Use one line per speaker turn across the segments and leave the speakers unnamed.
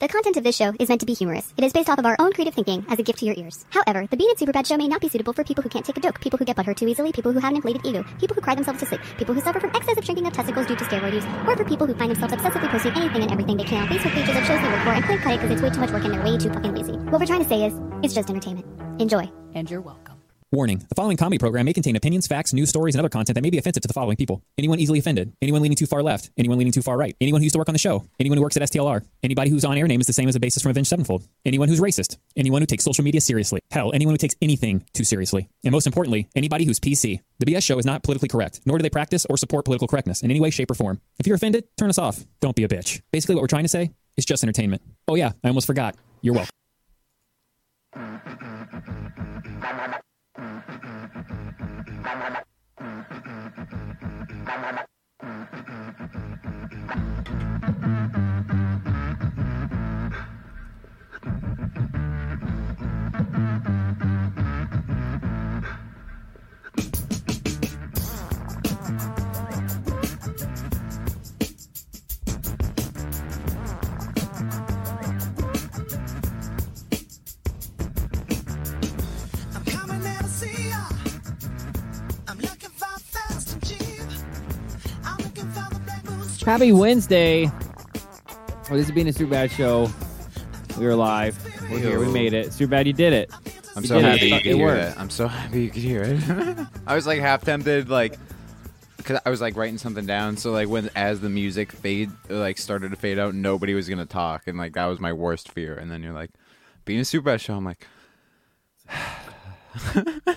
The content of this show is meant to be humorous. It is based off of our own creative thinking as a gift to your ears. However, the Bean and Superbad show may not be suitable for people who can't take a joke, people who get butthurt too easily, people who have an inflated ego, people who cry themselves to sleep, people who suffer from excessive shrinking of testicles due to steroid use, or for people who find themselves obsessively posting anything and everything they can on Facebook pages of shows they work for and play cut it because it's way too much work and they're way too fucking lazy. What we're trying to say is, it's just entertainment. Enjoy.
And you're welcome.
Warning the following comedy program may contain opinions, facts, news stories, and other content that may be offensive to the following people anyone easily offended, anyone leaning too far left, anyone leaning too far right, anyone who used to work on the show, anyone who works at STLR, anybody whose on air name is the same as a bassist from Avenged Sevenfold, anyone who's racist, anyone who takes social media seriously, hell, anyone who takes anything too seriously, and most importantly, anybody who's PC. The BS show is not politically correct, nor do they practice or support political correctness in any way, shape, or form. If you're offended, turn us off. Don't be a bitch. Basically, what we're trying to say is just entertainment. Oh, yeah, I almost forgot. You're welcome.
I'm coming there to see ya. I'm looking for fast and cheap. I'm looking for the black moon street.
Happy Wednesday. Well, this has been a Super Bad show. We were live. We're here. We made it. Super Bad, you did it.
I'm
You
so
did
happy
it.
you
It
could hear
worked.
it. I'm so happy you could hear it. I was like half tempted, like, cause I was like writing something down. So like when as the music fade, like started to fade out, nobody was gonna talk, and like that was my worst fear. And then you're like, being a super bad show, I'm like,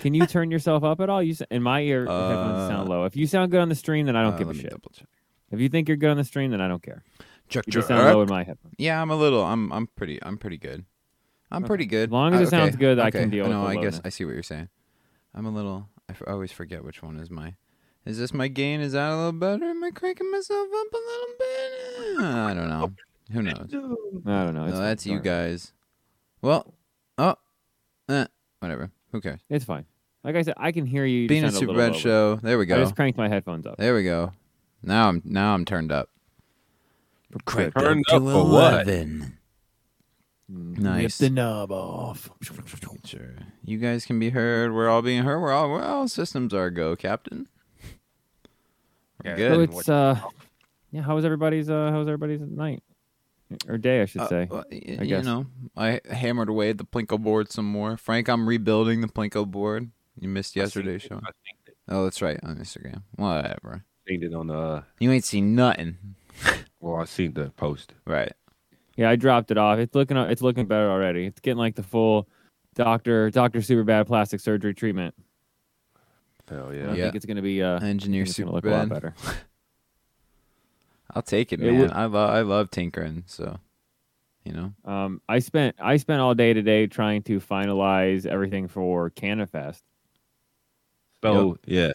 Can you turn yourself up at all? You s- in my ear headphones sound low. If you sound good on the stream, then I don't
uh,
give a
let me
shit.
double check.
If you think you're good on the stream, then I don't care.
Check,
You just
check.
sound low in my headphones.
Yeah, I'm a little. I'm I'm pretty. I'm pretty good. I'm pretty good.
As long as
I-
it sounds
okay,
good, I
okay.
can deal with
No,
the
I guess
lowness.
I see what you're saying. I'm a little. I f- I always forget which one is my. Is this my gain? Is that a little better? Am I cranking myself up a little bit? Uh, I don't know. Who knows?
I don't know. It's
no,
fine.
that's you
Don't worry.
guys. Well, oh, eh, whatever. Who cares?
It's fine. Like I said, I can hear you. you
Being a
sound
super
little
bad
low.
show. There we
I
go.
just cranked my headphones up.
There we go. Now I'm now I'm turned up. Cranked
Turned
to
up for what?
11. Mm-hmm. Nice.
knob off.
Sure. You guys can be heard. We're all being heard. We're all we're all systems are go, Captain. We're
Yeah.
So
good.
it's uh, yeah. How was everybody's uh? How was everybody's night or day? I should
Uh,
say.
well, y- you
guess.
know, I hammered away at the Plinko board some more. Frank, I'm rebuilding the Plinko board. You missed yesterday's show.
I synced it.
Oh, that's right on Instagram. Whatever.
Synced it on the. Uh,
You ain't seen nothing,
well, I seen the post.
right?
Yeah, I dropped it off. It's looking it's looking better already. It's getting like the full doctor Doctor Superbad plastic surgery treatment.
Hell
I
yeah.
Yeah.
think it's gonna be uh, I
Engineer
think it's gonna
super
look a lot
bad.
better.
I'll take it,
It
man.
would-
I love I love tinkering. So, you know,
Um, I spent I spent all day today trying to finalize everything for Canafest.
So yeah.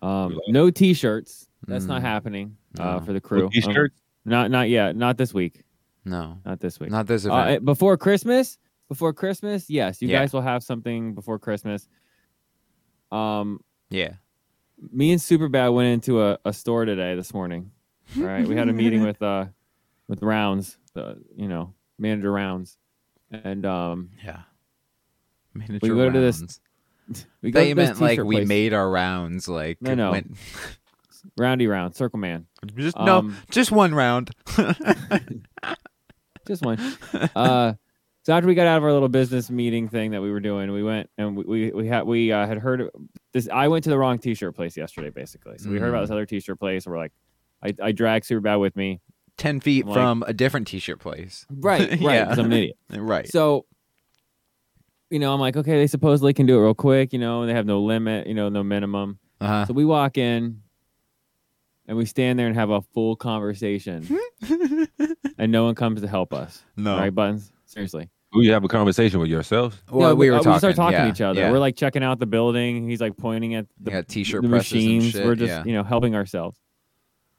Um,
Really?
no T-shirts. That's
Mm.
not happening uh,
No.
for the crew.
With
Um,
T-shirts.
not not yet. Not this week.
no,
Not this week.
not this
Uh,
event.
eh, before Christmas. Before Christmas, yes, you
Yeah.
guys will have something before Christmas. Um,
yeah,
me and Superbad went into a, a store today this morning. All right, we had a meeting with uh with Rounds, uh, you know, manager Rounds, and um
yeah. Manager
We go to this-
rounds.
we
I thought
to
you
this
meant like
t-shirt
we
place,
made our rounds. Like
No, no.
when-
Roundy Round Circle Man,
just no,
Um,
just one round.
just one. uh, so after we got out of our little business meeting thing that we were doing, we went and we we, we had we uh, had heard this. I went to the wrong T-shirt place yesterday, basically. So we heard about
Mm.
this other T-shirt place, and we're like, I, I dragged Superbad with me.
Ten feet
I'm like-
from a different T-shirt place.
Right, right.
Yeah.
'cause I'm an idiot.
Uh, Right.
So, you know, I'm like, okay, they supposedly can do it real quick, you know, and they have no limit, you know, no minimum.
Uh-huh.
So we walk in and we stand there and have a full conversation, and no one comes to help us.
No.
Right, Buttons? Seriously.
Who you have a conversation with yourselves?
Well,
No,
we were
uh,
talking.
We start talking
yeah,
to each other.
Yeah.
We're like checking out the building. He's like pointing at the,
yeah, T-shirt
the
presses and
machines.
shit,
We're just,
yeah.
you know, helping ourselves.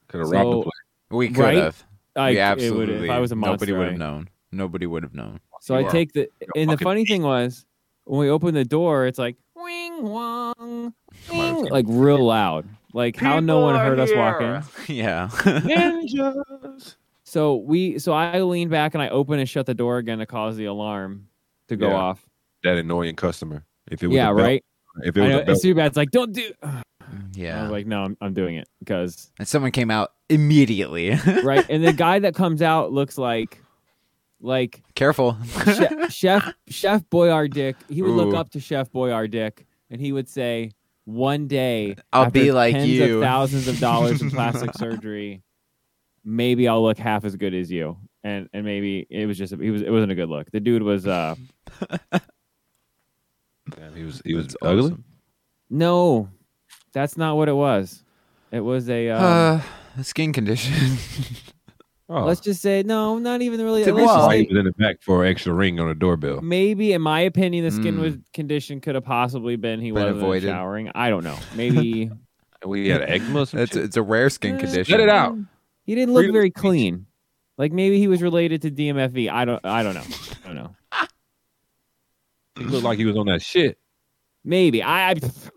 Could have
So-
robbed the place.
we could
Right?
have.
I,
we
it
absolutely.
would, if I was a monster.
nobody would have
I-
known. Nobody would have known.
So I
Wow.
take the
You're a
and the
fucking
funny thing was when we opened the door, it's like wing wong,
on,
wing,"
let's
like real loud, like how no one heard us walk in.
Yeah.
Ninjas.
So we so I lean back and I open and shut the door again to cause the alarm to go
Yeah.
off.
That annoying customer. If it was
Yeah,
a belt-
right.
If it
I
was
know,
a belt,
it's too bad. It's like don't do. I
Yeah.
was like, no, I'm, I'm doing it because
and someone came out immediately.
right. And the guy that comes out looks like, like
Careful.
Chef Chef, Chef Boyardick. He would look
Ooh.
up to Chef Boyardick and he would say, "One day,
I'll
after
be like
tens
you."
of thousands of dollars in plastic surgery. Maybe I'll look half as good as you." And and maybe it was just he was it wasn't a good look. The dude was uh
damn, he was he was
That's
ugly.
awesome.
no, that's not what it was. It was a uh,
Uh, skin condition.
Oh,
let's just say no, not even really.
To be
Let's just
well-
why
say-
he was in the back for an extra ring on the doorbell.
maybe in my opinion the skin
Mm.
was condition could have possibly been he
Been
wasn't
avoided.
showering i don't know maybe
We had eczema. or some
it's,
shit?
it's a rare skin
Eh,
condition.
Let it out.
he didn't look
Freedom
very
of speech.
clean like maybe he was related to dmfv i don't i don't know i don't know
He looked like he was on that shit.
maybe i i,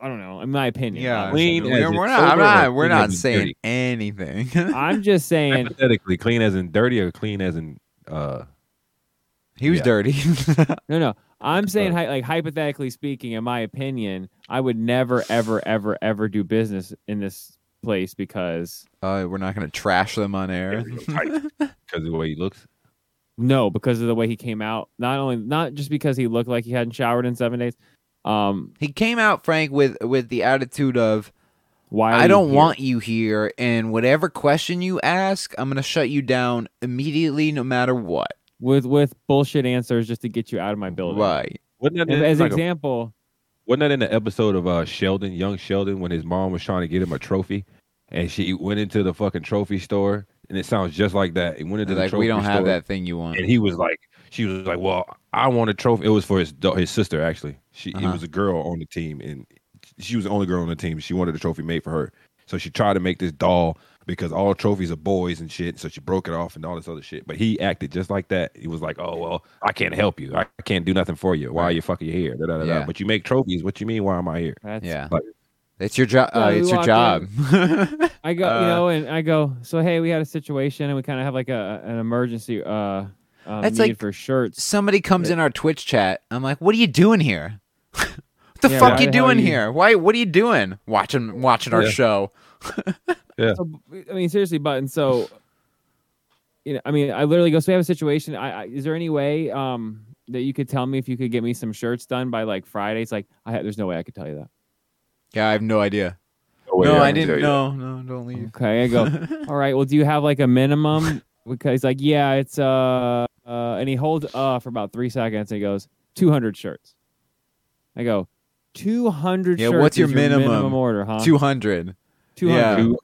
I don't know in my opinion
Yeah.
Clean
We're,
as
we're
in
not, I'm
sober
not,
or
we're
clean
not
as in
saying
dirty?
anything.
i'm just saying
Hypothetically, clean as in dirty or clean as in uh
he was
Yeah.
dirty.
no no i'm saying hy- like hypothetically speaking in my opinion i would never ever ever ever do business in this place because
uh, we're not going to trash them on air.
because of the way he looks.
No, because of the way he came out. Not only not just because he looked like he hadn't showered in seven days. Um,
He came out, Frank, with, with the attitude of,
why? are
I
you
don't
here?
want you here, and whatever question you ask, I'm going to shut you down immediately, no matter what.
with with bullshit answers just to get you out of my building.
Right.
Wasn't that,
And
in,
as an
like,
example,
wasn't that in the episode of uh Sheldon, young Sheldon, when his mom was trying to get him a trophy, and she went into the fucking trophy store, and it sounds just like that. It went into
They're
the
Like,
trophy
we don't have
store,
that thing you want.
and he was like, she was like, well, I want a trophy. It was for his da- his sister actually. She it
Uh-huh.
was a girl on the team, and she was the only girl on the team. She wanted a trophy made for her, so she tried to make this doll because all trophies are boys and shit. So she broke it off and all this other shit. But he acted just like that. He was like, oh well, I can't help you. I can't do nothing for you. Why are you fucking here? Da, da, da, da.
Yeah.
But you make trophies. What you mean? Why am I here?
that's,
yeah.
like-
it's your job.
Yeah,
Uh,
we
it's your
walk
job.
in. I go, you
Uh,
know, and I go. So hey, we had a situation, and we kind of have like a an emergency. Uh, um,
That's
need
like-
for shirts.
Somebody comes in our Twitch chat. I'm like, what are you doing here? what the
Yeah,
fuck
why
you
the hell
doing
you-
here? Why? What are you doing? Watching watching our
Yeah.
show.
So, I mean, seriously, button. So, you know, I mean, I literally go. So we have a situation. I, I is there any way um that you could tell me if you could get me some shirts done by like Friday? It's like I ha- there's no way I could tell you that.
Yeah, I have no idea.
way
no,
I
I
can tell
didn't.
you
No, no, don't leave.
Okay, I go. All right. Well, do you have like a minimum? Because he's like, yeah, it's uh, uh, and he holds uh for about three seconds. And he goes, two hundred shirts. I go, two hundred.
Yeah, what's your minimum?
order? Huh?
Oh,
Two hundred.
Two
yeah.
hundred.
Two-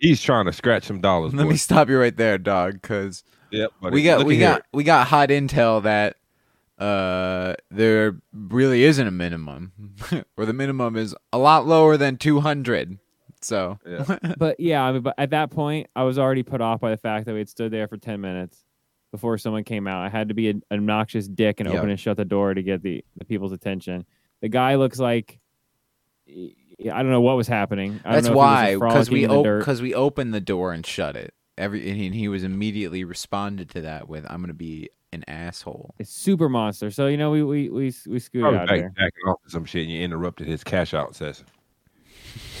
He's trying to scratch some dollars.
Let
boy.
me stop you right there, dog, because
Yep, buddy.
we got
Look
we
at here.
got we got hot intel that uh there really isn't a minimum, or the minimum is a lot lower than two hundred. So
But yeah, I mean, but at that point, I was already put off by the fact that we had stood there for ten minutes before someone came out. I had to be an obnoxious dick and
Yeah.
open and shut the door to get the, the people's attention. The guy looks like. I don't know what was happening. I don't
That's
know if he was
why,
frolicking
we
in the dirt.
because we opened the door and shut it. Every and he, and he was immediately responded to that with, "I'm gonna be an asshole."
It's super monster. So you know we we we we scooted
probably
out
back,
there.
backing off or some shit, and you interrupted his cash out session.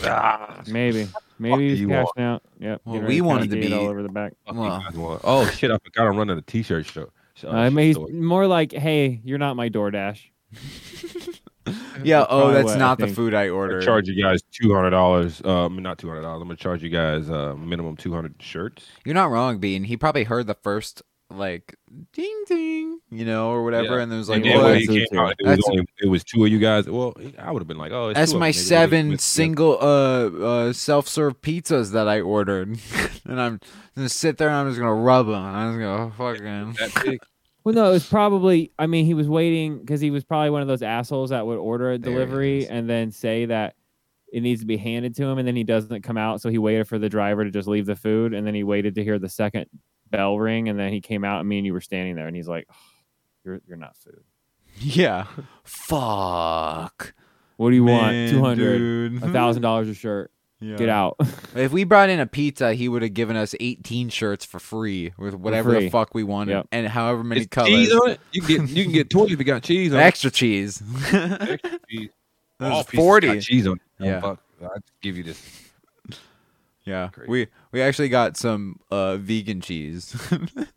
Ah,
Maybe maybe he's
you
cashing
want.
out. Yep.
Well,
getting
we
ready to
wanted to
cascade all
be-
over the back.
Fuck
Wow.
you guys want- Oh shit! I forgot I'm running a t-shirt show. So,
I mean, he's
so-
more like, hey, you're not my DoorDash.
Yeah. Oh,
probably
that's
what I
not the
think.
food I
I'm gonna
ordered.
charge you guys two hundred dollars. Um, not two hundred dollars. I'm gonna charge you guys uh, minimum two hundred shirts.
You're not wrong, Bean. He probably heard the first like ding ding, you know, or whatever,
Yeah.
and then was like,
and then
"Well,
when
that's,
he came out, it was,
that's-
only, it was two of you guys. Well, I would have been like, oh, it's
that's
two of
my
them, nigga.
seven
With-
single uh, uh self serve pizzas that I ordered," and I'm gonna sit there and I'm just gonna rub them. I'm just gonna fucking.
with that big.
Well, no, it was probably. I mean, he was waiting because he was probably one of those assholes that would order a
There it
delivery
is.
and then say that it needs to be handed to him, and then he doesn't come out. So he waited for the driver to just leave the food, and then he waited to hear the second bell ring, and then he came out, and me and you were standing there, and he's like, "Ugh, "You're you're not food.
Yeah. Fuck.
What do you want?
Man,
Two hundred.
dude.
a thousand dollars a shirt. Get out.
If we brought in a pizza, he would have given us 18 shirts for free with whatever
free.
the fuck we wanted
Yep.
and however many
It's
colors.
cheese on it. You can get you can get twenty if you got cheese on it.
Extra cheese.
Cheese.
This
All
is
pieces got
40.
cheese on it.
Yeah.
Yeah. Fuck. I give you this.
Yeah.
Great.
We we actually got some uh, vegan cheese.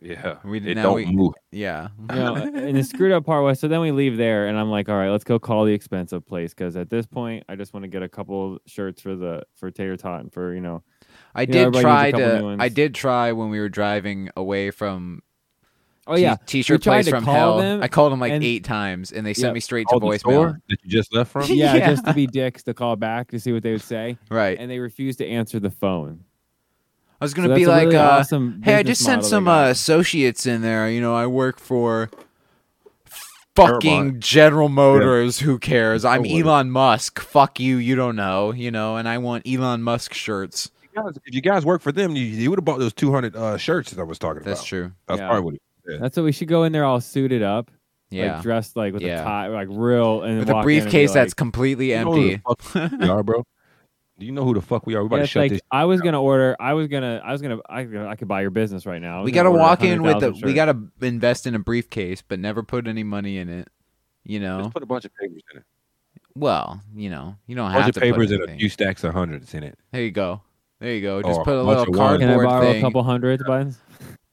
Yeah.
We-
it
now
don't
we-
move.
yeah.
You know, and the screwed up part was so then we leave there and I'm like, all right, let's go call the expensive place because at this point I just want to get a couple shirts for the for tater tot and for you know know,
I did
everybody needs a
try
couple new
to
ones.
I did try when we were driving away from
oh yeah
t-
We
t-shirt
tried
place
to
from
call
hell.
them
I called them like
and-
8 times and they
Yeah,
sent me straight to
All the
voicemail.
store that you just left from.
yeah,
yeah.
just to be dicks to call back to see what they would say
Right.
and they refused to answer the phone.
I was
So
going to
that's
be
a
like
really
uh,
awesome
Hey, I
business
just sent
model they
some
got.
uh, associates in there. You know, I work for fucking General Motors. Who cares? I'm
Totally.
Elon Musk. Fuck you. You don't know. You know, and I want Elon Musk shirts.
If you guys- If you guys work for them, you, you would have bought those two hundred uh, shirts that I was talking
That's
about.
true.
That's
Yeah.
probably what it yeah.
That's what we should go in there all suited up,
Yeah.
like dressed like with
Yeah.
a tie, like real and
With a
walk in and be
briefcase
like-
that's completely
You know who the
empty.
fuck we are, bro. Do you know who the fuck we are? We about
Yeah,
to
it's
shut
like
this.
I was gonna order. I was gonna. I was gonna. I, I could buy your business right now. I was
We
gonna
gotta
order
walk in with the.
100,000
We
shirts.
gotta invest in a briefcase, but never put any money in it. You know.
Just put a bunch of papers in it.
Well, you know, you don't
A bunch
have
of
to
papers
put
and a
anything.
few stacks of hundreds in it.
There you go. There you go. Just
Or
put a
a Oh, bunch
little
of wine.
Can I
cardboard
borrow
thing.
a couple hundred buns?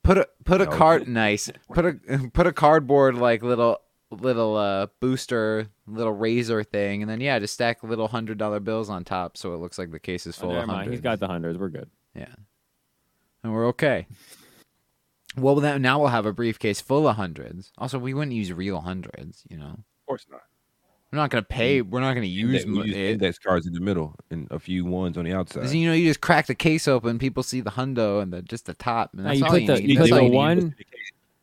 Put a put a
No.
card nice. Put a put a cardboard like little little uh booster little razor thing, and then yeah, just stack little hundred dollar bills on top, so it looks like the case is
Oh,
full
never
of
mind.
hundreds.
He's got the hundreds. We're good.
yeah, and we're okay. Well, then now we'll have a briefcase full of hundreds. Also, we wouldn't use real hundreds. You know,
Of course not.
we're not gonna pay. We're not gonna use
Index- we
mo-
use
it.
index cards in the middle and a few ones on the outside.
'Cause, You know, you just crack the case open, people see the hundo and the just the top, and
No,
that's
you
all
put
you
the
need.
you
That's
put
all
the
you need.
one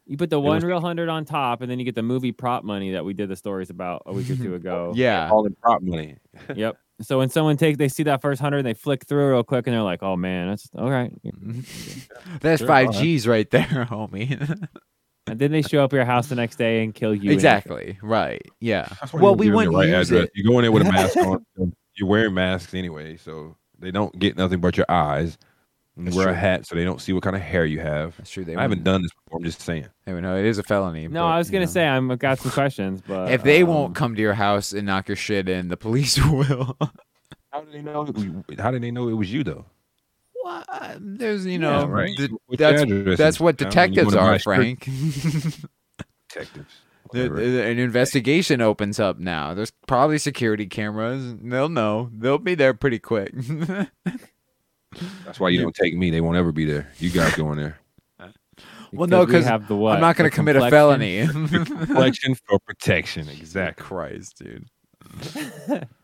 you put the one
was-
real hundred on top, and then you get the movie prop money that we did the stories about a week or two ago.
Oh, Yeah,
all in prop money.
Yep. So when someone takes, they see that first hundred, and they flick through real quick, and they're like, "Oh man, that's all right."
that's
Sure,
five
all right.
G's right there, homie.
And then they show up at your house the next day and kill you. and-
Exactly. Right. Yeah.
That's why
Well,
you
we
give them
wouldn't
the right
use
address.
it.
You go in there with a mask on. and You're wearing masks anyway, so they don't get nothing but your eyes. You
That's
wear a
true.
hat, so they don't see what kind of hair you have.
That's true. They
I haven't
wouldn't-
done this before. I'm just saying.
They would know it is a felony.
No,
but,
I was
you
gonna
know.
say I'm I've got some questions, but
If they
um,
won't come to your house and knock your shit in, the police will.
How did they know? How did they know it was you though?
Well, uh, There's, you
Yeah,
know,
right.
the-
What's your
that's
address
that's
and-
what
I mean, you
detectives
wanna buy
are,
a shirt?
Frank.
Detectives.
The-
Whatever.
the- An investigation opens up now. There's probably security cameras. and They'll know. They'll be there pretty quick.
That's why you don't take me. They won't ever be there. You guys go in there.
well, no,
we
because
have the what?
I'm not going
The
to commit a
complexion?
felony.
Collection for protection. Exactly.
Christ, dude.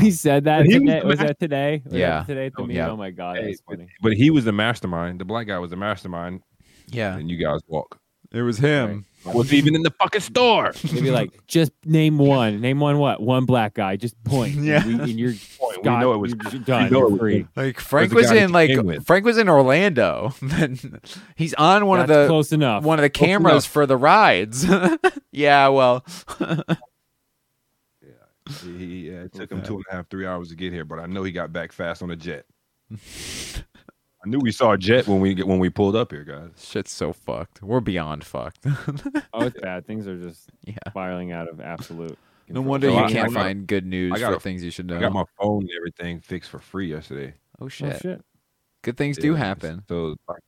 We said that
But he was
today.
the
Was
master-
that today? Was that
Yeah.
today at the
Oh,
meeting?
yeah.
Oh my god,
Hey,
that's
but,
funny.
but he was the mastermind. The black guy was the mastermind,
Yeah,
and you guys walk.
it was him.
I was even in the fucking store.
They'd be like, just name one. Name one what? One black guy. Just point.
Yeah.
And, we, and you're
Point. We
got-
know it was-
you're
we
done.
know
You're
it was
free.
him.
Like Frank
the
was
guy that
in
you
like
came with.
Frank was in Orlando. Then he's on one
That's
of the
close enough.
one of the cameras
enough.
for the rides. yeah, well,
He, he, uh, it took him two and a half, three hours to get here, but I know he got back fast on a jet. I knew we saw a jet when we get when we pulled up here, guys.
shit's so fucked. We're beyond fucked.
oh, it's bad. Things are just
Yeah.
spiraling out of absolute.
no
control.
wonder
So
you
I-
can't
I got-
find good news
I got
for
a-
things you should
I got
know.
my phone and everything fixed for free yesterday.
Oh
Oh,
shit.
shit.
Good things do
Yeah,
happen.
So like,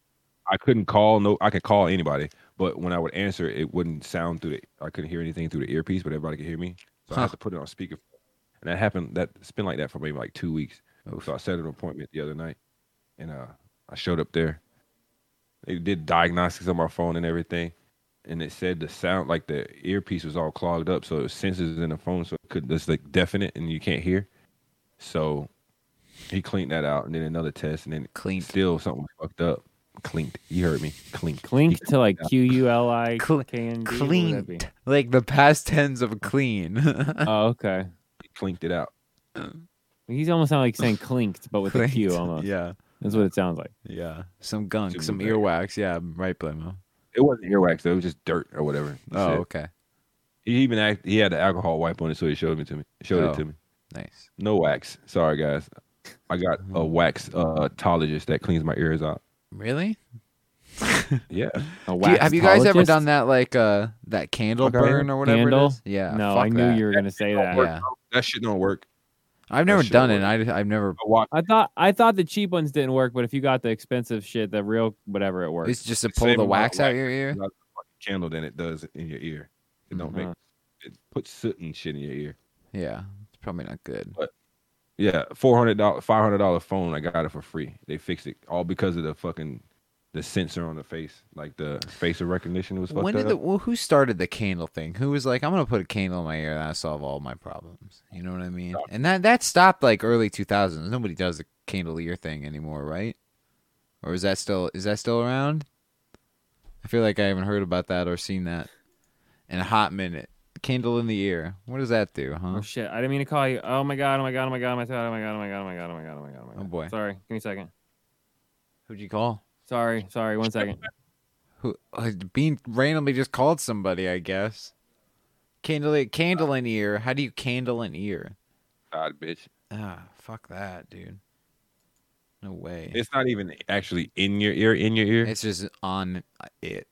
I couldn't call no I could call anybody, but when I would answer it wouldn't sound through the I couldn't hear anything through the earpiece, but everybody could hear me. So I
Huh.
had to put it on speaker. And that happened that it's been like that for maybe like two weeks.
Oof.
So I set an appointment the other night and uh I showed up there. They did diagnostics on my phone and everything. And it said the sound like the earpiece was all clogged up, so it was sensors in the phone, so it could it's like definite and you can't hear. So he cleaned that out and then another test and then
Clean,
Still, something was fucked up. Clinked. You heard me. Clinked.
Clink to like Q U L I
Cl-
K N D. What would that be?
clean, like the past tense of clean.
Oh, okay.
He clinked it out.
He's almost sound like saying clinked, but with a Q almost.
yeah,
That's what it sounds like.
yeah. Some gunk,
Should
some
be better.
earwax. Yeah, right, Blamo.
It wasn't earwax though. It was just dirt or whatever.
Oh,
Shit.
okay.
He even act, he had the alcohol wipe on it, so he showed me to me. Showed
Oh.
it to me.
Nice.
No wax. Sorry, guys. I got a
Mm.
wax uh, tologist that cleans my ears out.
Really?
Yeah.
A
Do you- have you guys ever
waxologist?
done that like uh that candle
Okay.
burn or whatever?
Candle?
It is? Yeah.
no,
fuck
I knew
that.
you were gonna say that.
Work,
Yeah.
bro. That shit don't work.
I've never
shit
done it.
works.
and I, I've never.
I watch
I thought I thought the cheap ones didn't work, but if you got the expensive shit, the real whatever, it works.
It's just to
The
pull
same
the
amount
wax
of
out
wax.
your ear.
candle than it does in your ear. It don't make
Mm-hmm.
it puts soot and shit in your ear.
Yeah, it's probably not good.
Yeah, four hundred dollar, five hundred dollar phone. I got it for free. They fixed it all because of the fucking the sensor on the face, like the facial recognition was fucked
When did
up.
the well, who started the candle thing? Who was like, I'm gonna put a candle in my ear and I solve all my problems. You know what I mean? And that that stopped like early 2000s. Nobody does the candle ear thing anymore, right? Or is that still is that still around? I feel like I haven't heard about that or seen that in a hot minute. Candle in the ear. What does that do, huh?
Oh shit! I didn't mean to call you. Oh my god! Oh my god! Oh my god! Oh my god! Oh my god! Oh my god! Oh my god! Oh my god! Oh my god! my
Oh,
God.
boy.
Sorry. Give me a second.
Who'd you call?
Sorry. Sorry. One second.
Who? Uh, Bean randomly just called somebody, I guess. Candle, candle in ear. How do you candle an ear?
God, bitch.
Ah, fuck that, dude. No way.
It's not even actually in your ear. In your ear,
It's just on it.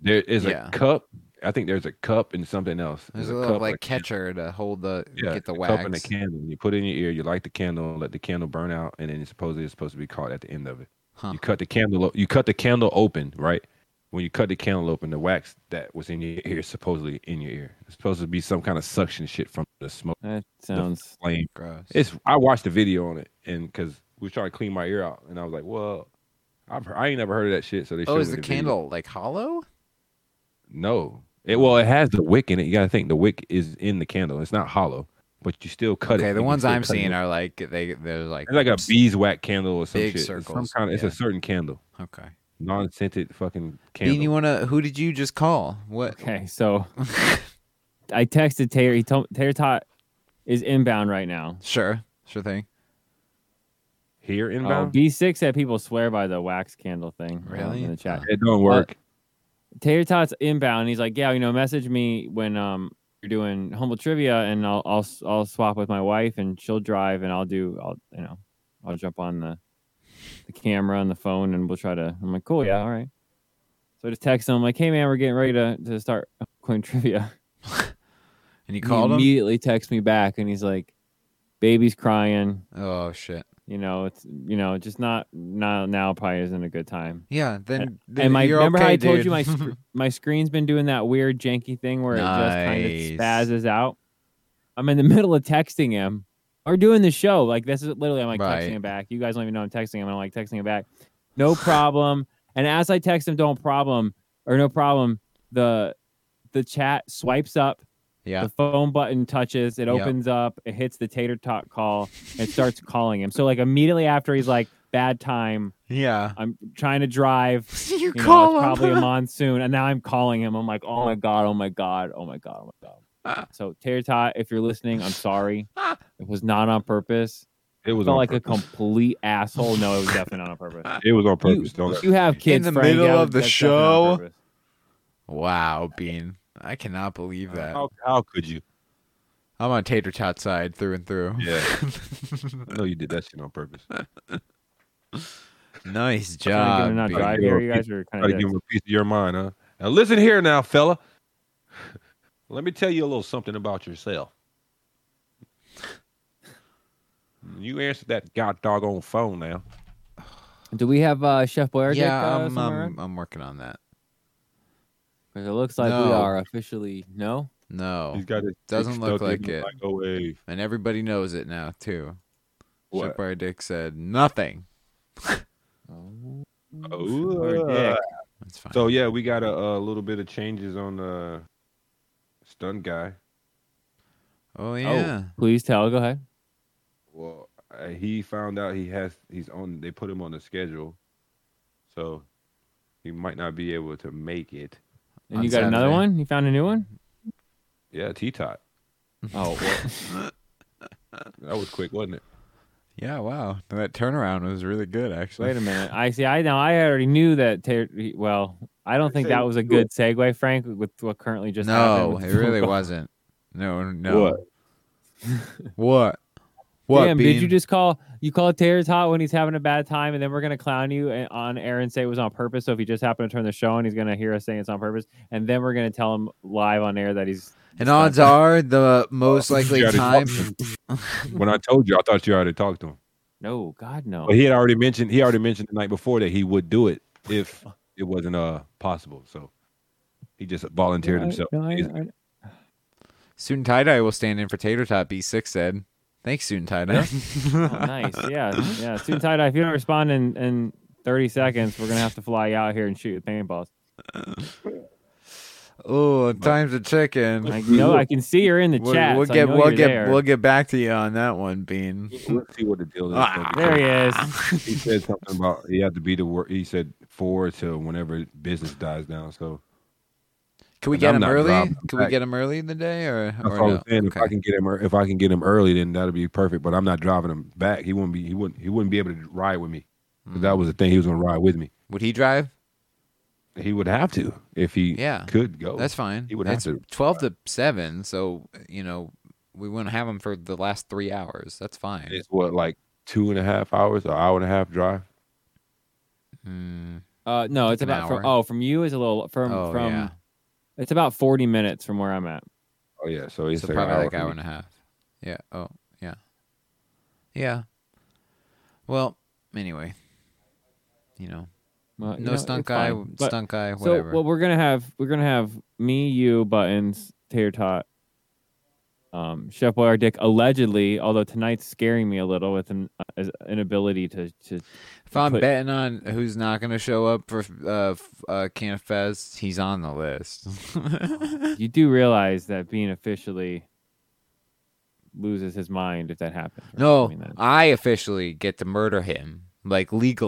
there is
yeah.
a cup. I think there's a cup and something else.
There's
There's
a little
cup,
like
a can-
catcher to hold the
Yeah,
get the
a
wax.
cup and a candle. You put it in your ear. You light the candle. Let the candle burn out, and then it's supposedly it's supposed to be caught at the end of it.
Huh.
You cut the candle. o- You cut the candle open, right? When you cut the candle open, the wax that was in your ear is supposedly in your ear. It's supposed to be some kind of suction shit from the smoke
That sounds.
flame.
Gross.
It's. I watched the video on it, and because we was trying to clean my ear out, and I was like, "Well, I've heard, I ain't never heard of that shit." So they.
oh,
showed
is
me
the
video.
candle like hollow?
No. It well, it has the wick in it. You gotta think the wick is in the candle. It's not hollow, but you still cut it.
Okay,
You
the
can
ones
still
I'm
cut it.
seeing are like they they're like
it's like a beeswax candle or some
Big
shit. It's Some
circles,
kind of, It's
yeah.
a certain candle,
okay.
non-scented fucking candle.
Bean, you wanna? Who did you just call? What?
Okay, so I texted Taylor. He told Taylor Tot is inbound right now.
Sure, sure thing.
Here
Oh,
inbound?
B6 had people swear by the wax candle thing. um,
Really?
In the chat.
it don't work.
Tater Tot's inbound. He's like, yeah, you know, message me when um you're doing humble trivia, and I'll I'll I'll swap with my wife, and she'll drive, and I'll do I'll you know I'll jump on the the camera and the phone, and we'll try to. I'm like, cool, yeah, all right. So I just text him like, hey man, we're getting ready to to start coin trivia.
And
He
you called him?
immediately texts me back, and he's like, baby's crying.
Oh shit.
You know, it's you know, just not now. Now probably isn't a good time.
Yeah. Then, then
And my
you're
remember
okay,
how I told
dude.
you my sc- my screen's been doing that weird janky thing where it just kind
Nice.
of spazzes out. I'm in the middle of texting him or doing the show. Like this is literally I'm like
Right.
texting him back. You guys don't even know I'm texting him. I'm like texting him back. No problem. and as I text him, don't problem or no problem. The the chat swipes up.
yeah.
The phone button touches. It
Yep.
opens up. It hits the tater tot call and starts calling him. So like immediately after he's like bad time.
Yeah.
I'm trying to drive.
You
know, it's
call him.
probably a monsoon, and now I'm calling him. I'm like, oh my god, oh my god, oh my god, oh my god.
Uh.
So Terry Tot, if you're listening, I'm sorry.
Ah.
it was not on purpose.
It
I
was
felt
on
like
purpose.
a complete asshole. No, it was definitely not on purpose.
it was on
You,
purpose. don't
you have kids
the
Frank.
middle
That
of
was-
the
that's definitely not on
show?
purpose.
Wow, Bean. I cannot believe that.
how, how could you?
I'm on tater tot side through and through.
Yeah. I know you did that shit on purpose. Try
Nice
Trying to get
job.
him to not
Bean.
drive
Bean.
here. You guys are kind
to
of
give him a piece of your mind, huh? Now listen here now, fella. Let me tell you a little something about yourself. You answered that god doggone phone now.
Do we have uh, Chef Boyardee?
yeah,
uh,
I'm,
somewhere
um,
around?
I'm working on that.
'Cause it looks like we
No.
are officially no.
No.
He's got his dick
Oh, Doesn't look
stuck in
like
the
it.
microwave.
And everybody knows it now, too.
What?
Chef Dick said nothing.
Oh. Mm,
Oh, Ooh,
dick.
That's fine.
So yeah, we got a, a little bit of changes on the stun guy.
oh, yeah.
Please tell. Go ahead.
Well, uh, he found out he has he's on. They put him on the schedule, so he might not be able to make it.
And
On
you got another
Saturday.
one? You found a new one?
Yeah, T tot.
Oh, well,
That was quick, wasn't it?
Yeah, wow. That turnaround was really good, actually.
Wait a minute. I see. I know. I already knew that. Ter- he- well, I don't think that was a good segue, Frank, with what currently just happened.
No,
with
it
the
really
phone call.
wasn't. No, no. What? What?
Damn,
being-
did you just call you call Taylor's hot when he's having a bad time, and then we're gonna clown you and- on air and say it was on purpose. So if he just happened to turn the show on, he's gonna hear us saying it's on purpose, and then we're gonna tell him live on air that he's
And odds are the most likely
You already
time.
talked to him. when I told you, I thought you already talked to him.
no, God no.
But he had already mentioned he already mentioned the night before that he would do it if it wasn't uh possible. So he just volunteered
No, I-
himself.
no, I-
He's-
I-
Soon tie dye will stand in for Tater Tot. B6 said. Thanks, soon tie dye.
oh, nice, yeah, yeah. Soon tie dye. If you don't respond in in thirty seconds, we're gonna have to fly you out here and shoot with paintballs.
oh, time's a chicken.
I know I can see you're in the
We'll,
chat.
we'll
so I
get
know
we'll
you're
get
there.
we'll get back to you on that one, Bean.
Let's see what the deal is.
Ah.
there he is.
he said something about he had to be the work. He said four till whenever business dies down. So
Can we
And
get
I'm
him
not
early?
driving
Can we
back.
get him early in the day or,
that's
or
all I
no?
was saying. If I
Okay.
can get him, ear- if I can get him early, then that'll be perfect. But I'm not driving him back. He wouldn't be. He wouldn't. He wouldn't be able to ride with me. 'Cause
Mm.
That was the thing. He was gonna ride with me.
Would he drive?
He would have to if he
Yeah.
could go.
That's fine.
He would have
it's
to.
twelve to seven, so you know we wouldn't have him for the last three hours. That's fine.
It's what like two and a half hours, an hour and a half drive.
Mm,
Uh, no, it's
an
about from,
hour.
oh from you is a little from
Oh,
from.
yeah.
It's about forty minutes from where I'm at.
Oh yeah, so it's
so probably
like an hour
like
for
hour
me.
and a half. Yeah. Oh, yeah. Yeah. Well, anyway, you know,
Well, Uh, you
no
know,
stunt
it's
guy,
fine. But-
stunt guy,
So
whatever.
what we're gonna have we're gonna have me, you, buttons, tater tot, um, Chef Boyardee allegedly. Although tonight's scaring me a little with an uh, is- inability to to.
if I'm
put-
betting on who's not going to show up for uh, f- uh, Camp Fest, he's on the list.
you do realize that being officially loses his mind if that happens. right? I
no,
mean, that-
I officially get to murder him, like legally.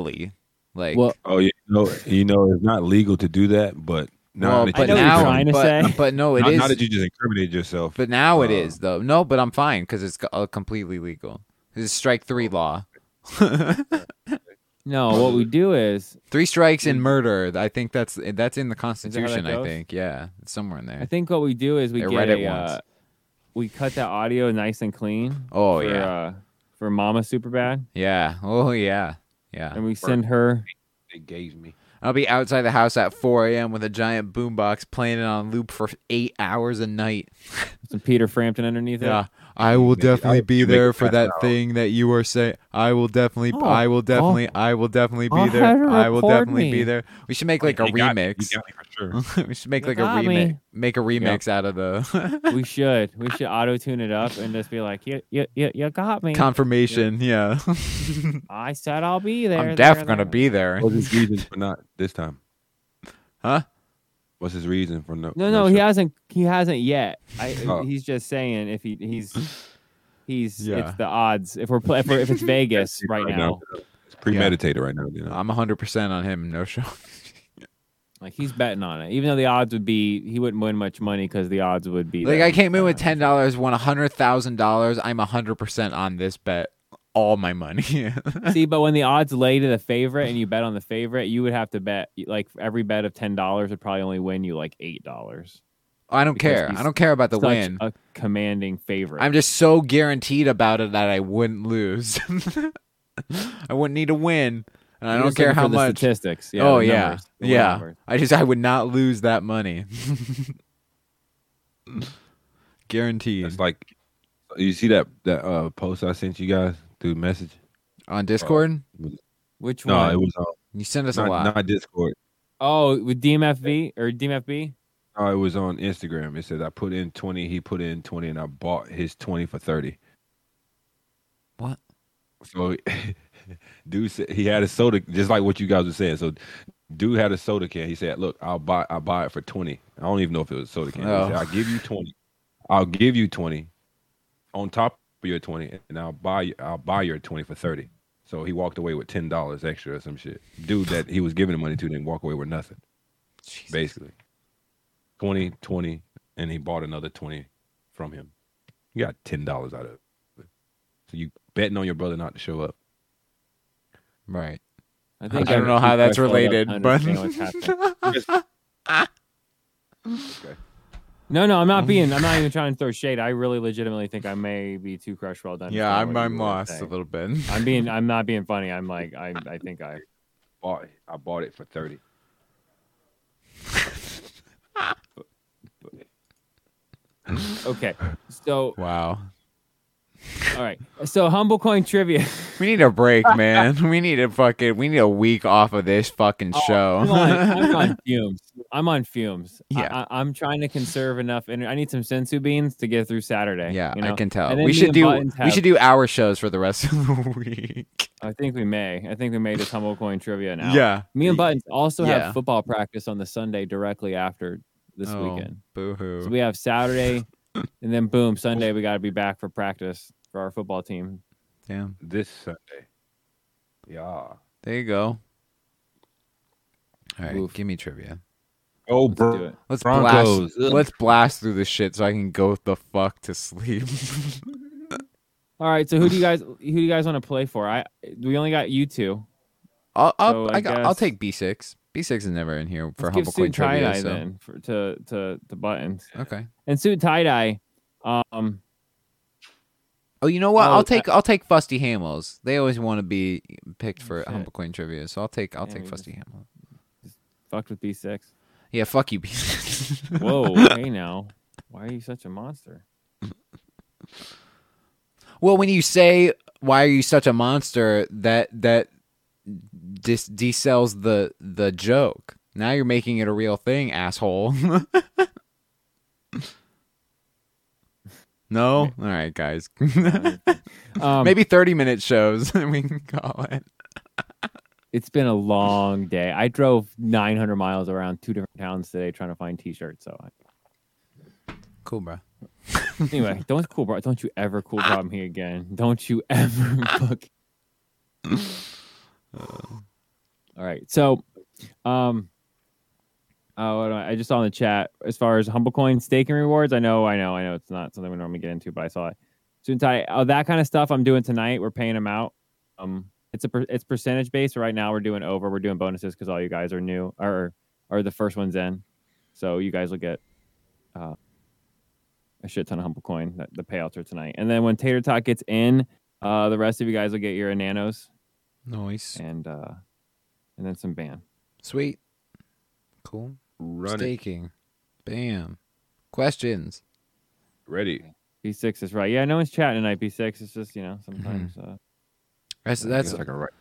Like,
Well,
Oh, you know, you know, it's not legal to do that, but now
well,
that
I
but
know what
just
you're
now,
trying to
but,
say.
but no, it is.
now, now that you just incriminated yourself,
But now it
Uh,
is though. No, but I'm fine because it's co- uh, completely legal. This is strike three law.
no. What we do is
Three strikes
Mm.
and murder. I think that's that's in the Constitution. I
goes?
think yeah, it's somewhere in
I
there.
think what we do is we
I
get
read it
a,
once.
uh, we cut that audio nice and clean.
Oh
for,
yeah,
uh, for Mama Superbad,
yeah. Oh yeah, yeah.
and we send her.
they gave me.
I'll be outside the house at 4 a.m. with a giant boombox playing it on loop for eight hours a night.
some Peter Frampton underneath it.
Yeah, I will
Make it-
definitely
I-
be
make
there
it
for
pass
that
out.
thing that you were saying. I will definitely,
Oh,
I will definitely, I will definitely be
I'll have
there.
her
I will
record
definitely be
me.
there. We should make like a
They got me. You
remix.
got me for sure.
we should make
You
like a
got me.
remix. Make a remix out of the
we should. We should auto tune it up and just be like, you, you, you, you got me.
confirmation. Yeah,
I said I'll be there.
I'm
there,
definitely gonna
there."
be there.
What's his reason for not this time?
Huh?
What's his reason for no?
No, no, he
show?
hasn't. He hasn't yet. I, uh,
Oh.
He's just saying if he he's he's
Yeah.
it's the odds if we're, pl- if, we're if it's Vegas
It's
right now.
It's premeditated right now. You know?
I'm 100 percent on him. No show.
Like he's betting on it, even though the odds would be he wouldn't win much money because the odds would be
Like
that
I came in
he's
with
betting
ten dollars, won hundred thousand dollars. I'm 100 percent on this bet. All my money.
on it. Uh, See, but when the odds lay to the favorite and you bet on the favorite, you would have to bet like every bet of ten dollars would probably only win you like eight dollars.
I don't
Because
care.
he's
I don't care about the
Such
win.
a commanding favorite.
I'm just so guaranteed about it that I wouldn't lose. I wouldn't need to win, and I
You're
don't
just
care
looking
how
for the
much.
statistics. Yeah,
oh
the
yeah,
numbers, the
yeah.
numbers.
I just I would not lose that money. Guaranteed
It's like you see that that uh, post I sent you guys through message.
on Discord.
Which
No,
one?
it was uh,
You send us a lot.
not, not Discord.
Oh, with DMFB or DMFB?
No, it was on Instagram. It said I put in twenty, he put in twenty, and I bought his twenty for thirty.
What?
So, dude said he had a soda, just like what you guys were saying. So, dude had a soda can. He said, "Look, I'll buy, I will buy it for twenty. I don't even know if it was a soda can.
Oh.
He said, I'll give you twenty. I'll give you twenty on top of your twenty, and I'll buy, I'll buy your twenty for thirty. So he walked away with ten dollars extra or some shit. Dude that he was giving the money to didn't walk away with nothing
Jeez.
basically 20 20 and he bought another 20 from him you got $10 out of it so you betting on your brother not to show up
Right.
I,
I don't know how that's related, but-
understand what's happening. No, no, I'm not being. I'm not even trying to throw shade. I really legitimately think I may be too crushed well done.
Yeah,
for
I'm
what you
I'm
were
lost a
saying.
little bit.
I'm being. I'm not being funny. I'm like. I. I think I.
Bought it. I bought it for thirty.
Okay. So
Wow.
all right. So humble coin trivia.
We need a break, man. we need a fucking. We need a week off of this fucking
I'm
show.
Oh, on, I'm on fumes. I'm on fumes.
Yeah.
I, I, am trying to conserve enough, and I need some sensu beans to get through Saturday.
yeah,
you know?
I can tell.
And then
We
me
should
and
do.
Buttons
we
have-
should do our shows for the rest of the week.
I think we may. I think we may just humble coin trivia now.
Yeah.
Me and
Bud
Buttons also
Yeah.
have football practice on the Sunday directly after this
Oh.
weekend.
Boo hoo.
So we have Saturday, and then boom, Sunday we got to be back for practice for our football team.
Damn.
This Sunday. Yeah.
There you go. All right,
Oof.
give me trivia.
Oh,
Let's do
bro.
it.
Let's
Broncos.
blast.
Ugh.
Let's blast through this shit so I can go the fuck to sleep.
All right. So who do you guys who do you guys want to play for? I we only got you two.
I'll I'll,
So I
I got, I'll
guess-
take B six. B six is never in here for
Let's
humble
give Sue
coin
tie
trivia.
dye
So.
then for, to to to buttons
Okay.
and Sue tie dye. Um,
Oh, you know what?
Oh,
I'll take I'll take Fusty Hamels. They always want to be picked for
shit.
humble coin trivia, so I'll take I'll
Yeah,
take
we
Fusty Hamels.
fucked with B six.
Yeah, fuck you, B.
Whoa. hey now, why are you such a monster?
well, when you say why are you such a monster, that that dis- desells the the joke. Now you're making it a real thing, asshole. no, all right, guys.
Um,
Maybe thirty minute shows, and we can call it.
it's been a long day. I drove 900 miles around two different towns today trying to find t-shirts. So I-
Cool, bro.
anyway, don't cool bro. Don't you ever cool problem here again. Don't you ever book. All right. So, um, oh, what do I, I just saw in the chat as far as HumbleCoin staking rewards. I know, I know, I know. It's not something we normally get into, but I saw it. Soon tie. Oh, that kind of stuff I'm doing tonight. We're paying them out. Um, it's a per, it's percentage based. Right now, we're doing over. We're doing bonuses because all you guys are new or are the first ones in. So you guys will get a shit ton of humble coin. That, the payouts are tonight. And then when Tater Tot gets in, uh, the rest of you guys will get your nanos
Nice,
and uh, and then some ban.
sweet, cool.
Run it.
Staking. Bam. Questions.
Ready.
B6 is right. Yeah, no one's chatting tonight. B6. It's just you know sometimes. Uh,
That's
I
that's
guess I can write.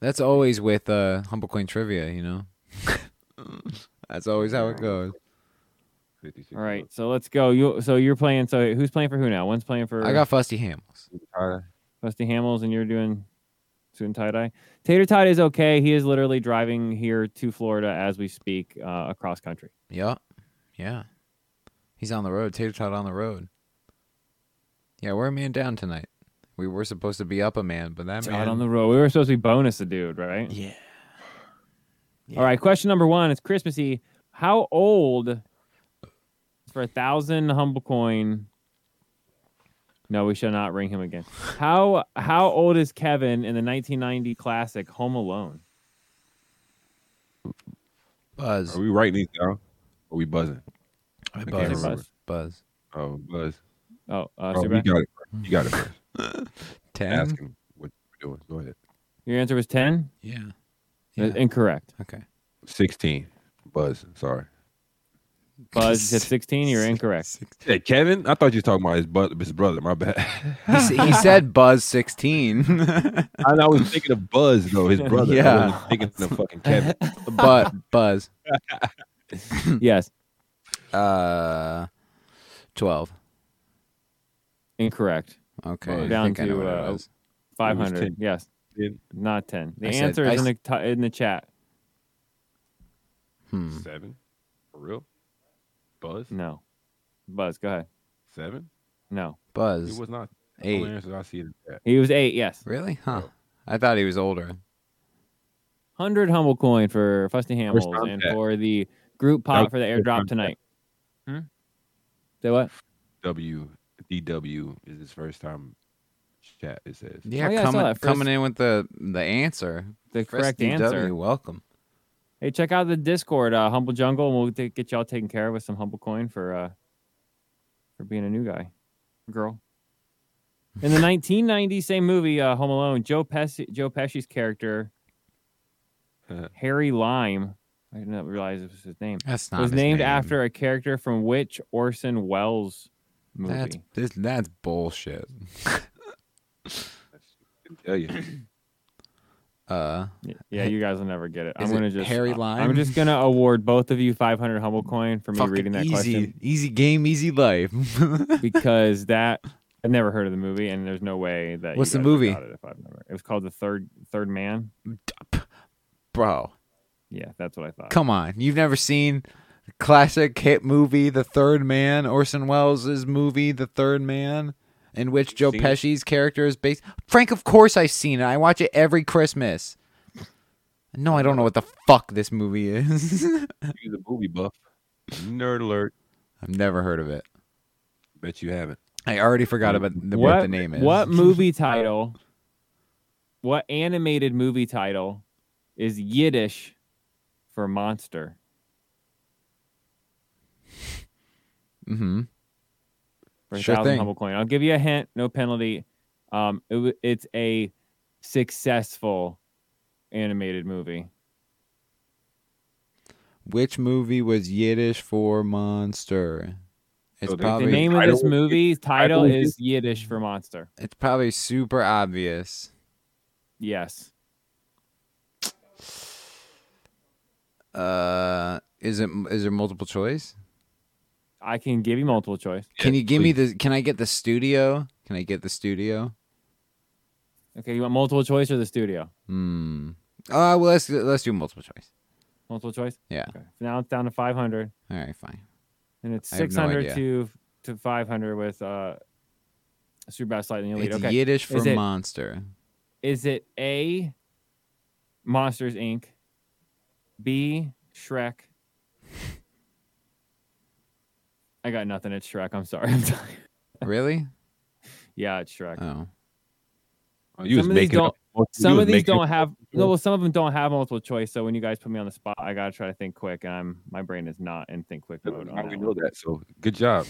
that's always with uh humble coin trivia, you know. that's always how it goes.
56
all right, so let's go. You so you're playing. So who's playing for who now? One's playing for
I got Fusty Hamels.
Dusty Hamels, and you're doing soon tie dye. Tater Tot is okay. He is literally driving here to Florida as we speak uh, across country.
Yup. Yeah. He's on the road. Tater Tot on the road. Yeah, we're a man down tonight. We were supposed to be up a man, but that
It's
man
out on the road. We were supposed to be bonus a dude, right?
Yeah.
All right. Question number one. It's Christmassy. How old for a thousand humble coin? No, we shall not ring him again. How how old is Kevin in the 1990 classic Home Alone?
Buzz.
Are we writing these down? Are we buzzing?
I
can't
buzz.
remember.
Buzz. Buzz.
Oh, buzz.
Oh, uh,
Oh, you
Superman?
got it. first. You got it first.
Ten.
Ask him what you're doing. Go ahead.
your answer was 10.
Yeah.
Uh,
yeah.
Incorrect.
Okay.
Sixteen. Buzz. Sorry.
Buzz you said 16. You're incorrect.
Hey, Kevin. I thought you were talking about his, bu- his brother. My bad.
He s- he said Buzz sixteen.
I, I was thinking of Buzz though. His brother. I
Yeah.
wasn't thinking of fucking Kevin.
but Buzz.
yes.
Uh, twelve.
Incorrect.
Okay,
Buzz.
I
Down
think I know
to,
what it
uh,
was.
500.
10.
Yes.
Ten.
Not 10. The
I said-
answer
I
is in the, t- in the chat.
Hmm.
Seven. For real? Buzz.
No. Buzz, go ahead.
Seven.
No.
It
Buzz
was not.
eight.
Only answer I see it in that.
He was eight. Yes.
Really? Huh. I thought he was
Oh,
older.
hundred humble coin for Fusty
First
Hamels
round
and
pick.
for the group pot
Nope,
for the
first
airdrop
round
tonight. Hmm? Say what?
W DW is his first time chat. It says.
Yeah,
Oh, yeah, I saw
coming
that first-
coming in with the the answer.
The
First
correct
DW,
answer.
Welcome.
Hey, check out the Discord, uh, Humble Jungle, and we'll t- get y'all taken care of with some humble coin for uh, for being a new guy, girl. In the 1990 same movie, uh, Home Alone, Joe Pesci, Joe Pesci's character,
Uh.
Harry Lime, I did not realize this was his name,
That's not
was
his
named
name.
after a character from which Orson Welles movie?
That's this, that's bullshit.
Tell you.
Uh,
Y- Yeah, you guys will never get it. I'm
Is it
gonna just
Harry
I-
Lime?
I'm just gonna award both of you 500 humble coin for me
fucking
reading that
easy,
question
easy game, easy life.
because that I've never heard of the movie and there's no way that you
What's the
guys would've
movie?
got It, if I've never. it was called the Third Third Man.
Bro,
Yeah, that's what I thought.
come on, you've never seen classic hit movie The Third Man, Orson Welles' movie The Third Man, in which Joe
seen it?
Pesci's character is based. Frank, of course I've seen it. I watch it every Christmas. No, I don't know what the fuck this movie is.
You the booby buff. Nerd alert.
I've never heard of it.
Bet you haven't.
I already forgot about the, what,
what
the name is.
What movie title? What animated movie title is Yiddish for monster?
Mm-hmm.
For
Sure
a thousand
thing.
humble coin. I'll give you a hint, no penalty. Um, it, wa- it's a successful animated movie.
Which movie was Yiddish for monster? It's
The
Oh, they- they Wait,
probably
name of
title
this
is-
movie title
title is-
is Yiddish for monster.
it's probably super obvious.
Yes.
Uh, is it is there multiple choice?
I can give you multiple choice.
Can
Yes,
you give me the? Can I get the studio? Can I get the studio?
Okay, you want multiple choice or the studio?
Hmm. Oh, well, let's let's do multiple choice.
Multiple choice?
Yeah.
Okay. Now it's down to 500.
All right. Fine.
and it's
I have no
600
idea.
to to 500 with uh super bass lightning elite
It's
okay
Yiddish for
Is it-
monster.
is it a monsters inc b shrek i got nothing it's shrek i'm sorry I'm sorry.
Really?
yeah it's
Uh,
shrek
Oh.
Oh, you
Some
was
of these
making up- you
some
was
of these
making up-
don't have no well some of them don't have multiple choice so when you guys put me on the spot i gotta try to think quick and i'm my brain is not in think quick mode on
How
that
we
one.
know that? So good job.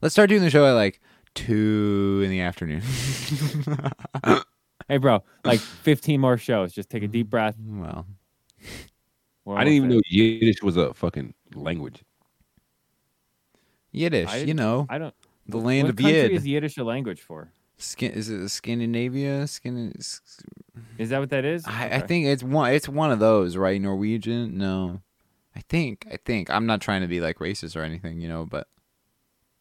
Let's start doing the show at like two in the afternoon.
hey bro like 15 more shows just take a deep breath
well,
We're
Mm-hmm. I didn't even
almost
know Yiddish was a fucking language.
Yiddish.
I
You
didn't-
know,
there. i don't
the land
what
of
country
Yid.
is Yiddish a language for?
Skin, is it Scandinavia? Skin, s-
Is that what that is?
I, I
Okay.
think it's one. It's one of those, right? Norwegian? No, I think. I think. I'm not trying to be like racist or anything, you know, but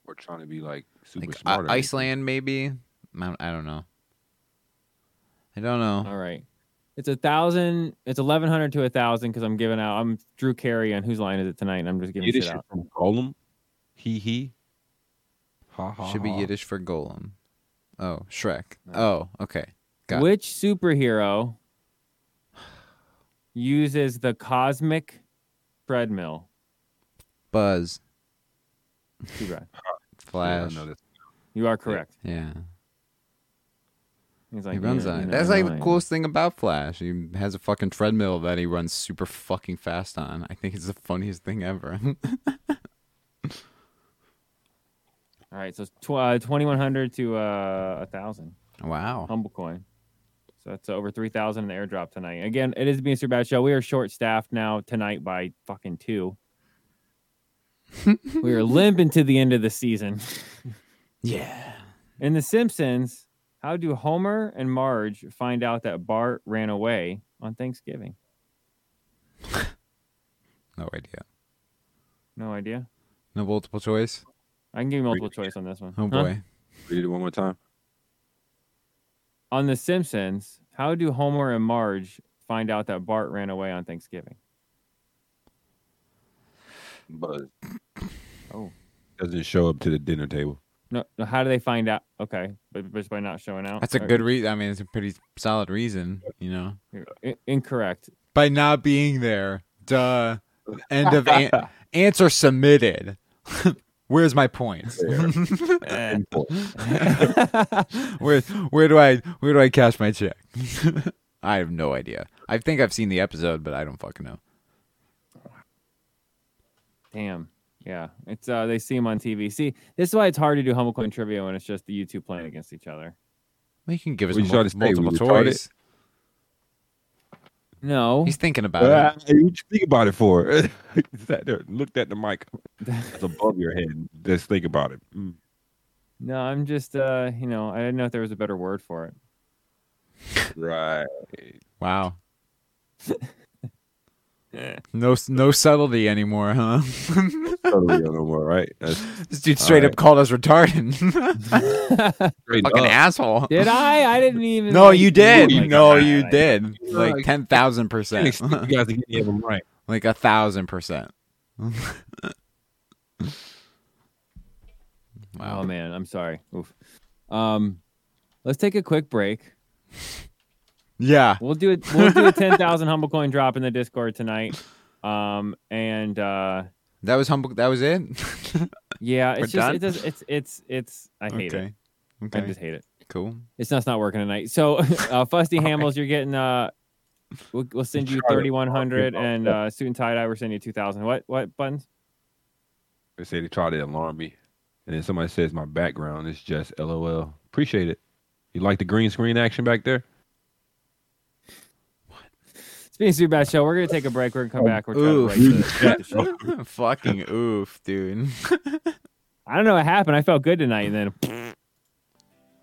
We're trying to be like super
like
smart.
I- Iceland, maybe. I I don't know. I don't know.
All right. It's a thousand. It's eleven hundred to a thousand because I'm giving out. I'm Drew Carey on whose line is it tonight? And I'm just giving
Yiddish
shit
is
out.
from Gollum. He he. Ha ha.
Should be
ha.
Yiddish for golem. Oh, Shrek. Oh, okay. Got it.
Which superhero uses the cosmic treadmill?
Buzz,
Too bad.
Yeah, I
Flash.
know this.
You are correct.
Yeah,
He's
he runs
"Yeah,
on
you
it.
know,
That's
I
like
know,
the
I know."
coolest thing about Flash. He has a fucking treadmill that he runs super fucking fast on. I think it's the funniest thing ever.
All right, so it's tw- uh, twenty one hundred to uh, a thousand.
wow.
Humble coin. So that's over 3,000 in the airdrop tonight. Again, it is being super bad show. We are short staffed now tonight by fucking two. we are limping to the end of the season.
Yeah.
In The Simpsons, how do Homer and Marge find out that Bart ran away on Thanksgiving?
No idea.
No idea.
No multiple choice.
I can give you multiple choice on this one.
Oh
Huh?
boy.
Read it one more time.
On The Simpsons, how do Homer and Marge find out that Bart ran away on Thanksgiving?
Buzz
Oh.
doesn't show up to the dinner table.
No, no, how do they find out? Okay, but but just by not showing out.
That's a
Or-
good reason. I mean, it's a pretty solid reason, you know.
I- incorrect.
By not being there. Duh. End of an- answer submitted. Where's my points? Where where do I where do I cash my check? I have no idea. I think I've seen the episode, but I don't fucking know.
Damn. Yeah, it's uh, they see him on TV. See, this is why it's hard to do Humble Coin trivia when it's just the YouTube playing against each other.
Well, you can give us
What you trying to
mul-
say, we
multiple
retarded?
choice.
No,
He's thinking about
Uh,
it.
what you think about it for? Sat there, looked at the mic. It's above your head. Just think about it. Mm.
no, I'm just uh, you know, I didn't know if there was a better word for it.
Right.
Wow. no, s- no subtlety anymore, huh?
Totally no more, right? That's
This dude straight up
Alright.
called us retarded.
straight
Fucking
up.
asshole.
Did I? I didn't even.
No,
like, oh
you did.
like
no,
that.
you
I-
did. Like
Like-
ten thousand
You
percent.
guys to get any of them right.
Like a thousand percent.
Oh
Wow.
man, I'm sorry. Oof. Um, let's take a quick break.
Yeah.
We'll do it. We'll do a ten thousand humble coin drop in the Discord tonight. Um, and uh,
That was humble. That was it.
yeah,
We're
it's just
done?
it does, it's it's it's I hate it.
okay.
I
Okay.
just hate it.
Cool.
It's not, it's not working tonight. So, uh, Fusty Hamels, you're getting uh, we'll, we'll send you
Try to-
thirty one hundred, and
Yeah.
uh, suit and tie dye we're sending you two thousand. What what buttons?
They say they try to alarm me, and then somebody says my background is just LOL. Appreciate it. You like the green screen action back there?
Speaking of Super Bad Show, we're gonna take a break. We're gonna
Oh,
come back. We're trying
Oof.
to break the, the show.
Fucking oof, dude.
I don't know what happened. I felt good tonight, and then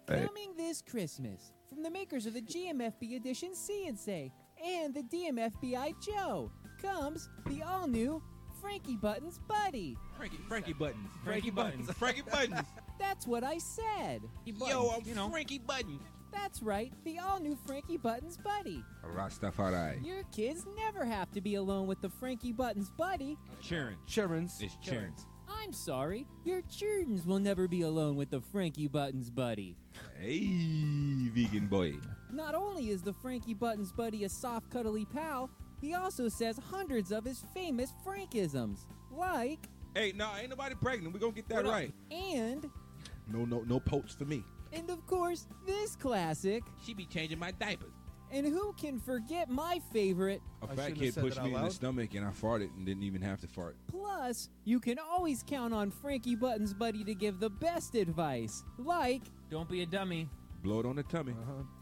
Hey.
Coming this Christmas from the makers of the GMFB edition C and Say and the DMFBI Joe comes the all new Frankie Buttons Buddy.
Frankie, Frankie Buttons. Frankie Buttons. Frankie Buttons.
That's what I said.
Yo, I'm Frankie Buttons.
That's right, the all new Frankie Buttons Buddy.
Rastafari.
Your kids never have to be alone with the Frankie Buttons Buddy.
Cheering.
Churns.
It's Cheerings.
I'm sorry, your childrens will never be alone with the Frankie Buttons Buddy.
Hey, vegan boy.
Not only is the Frankie Buttons buddy a soft, cuddly pal, he also says hundreds of his famous Frankisms, like
Hey, no, ain't nobody pregnant. We're going to get that right.
and,
No, no, no poach for me.
and of course, this classic.
She be changing my diapers.
And who can forget my favorite?
A
I
fat
shouldn't
kid
have said
pushed
that out
me in the
loud.
stomach and I farted and didn't even have to fart.
Plus, you can always count on Frankie Buttons buddy to give the best advice, like, Uh-huh.
Don't be a dummy.
Blow it on the tummy.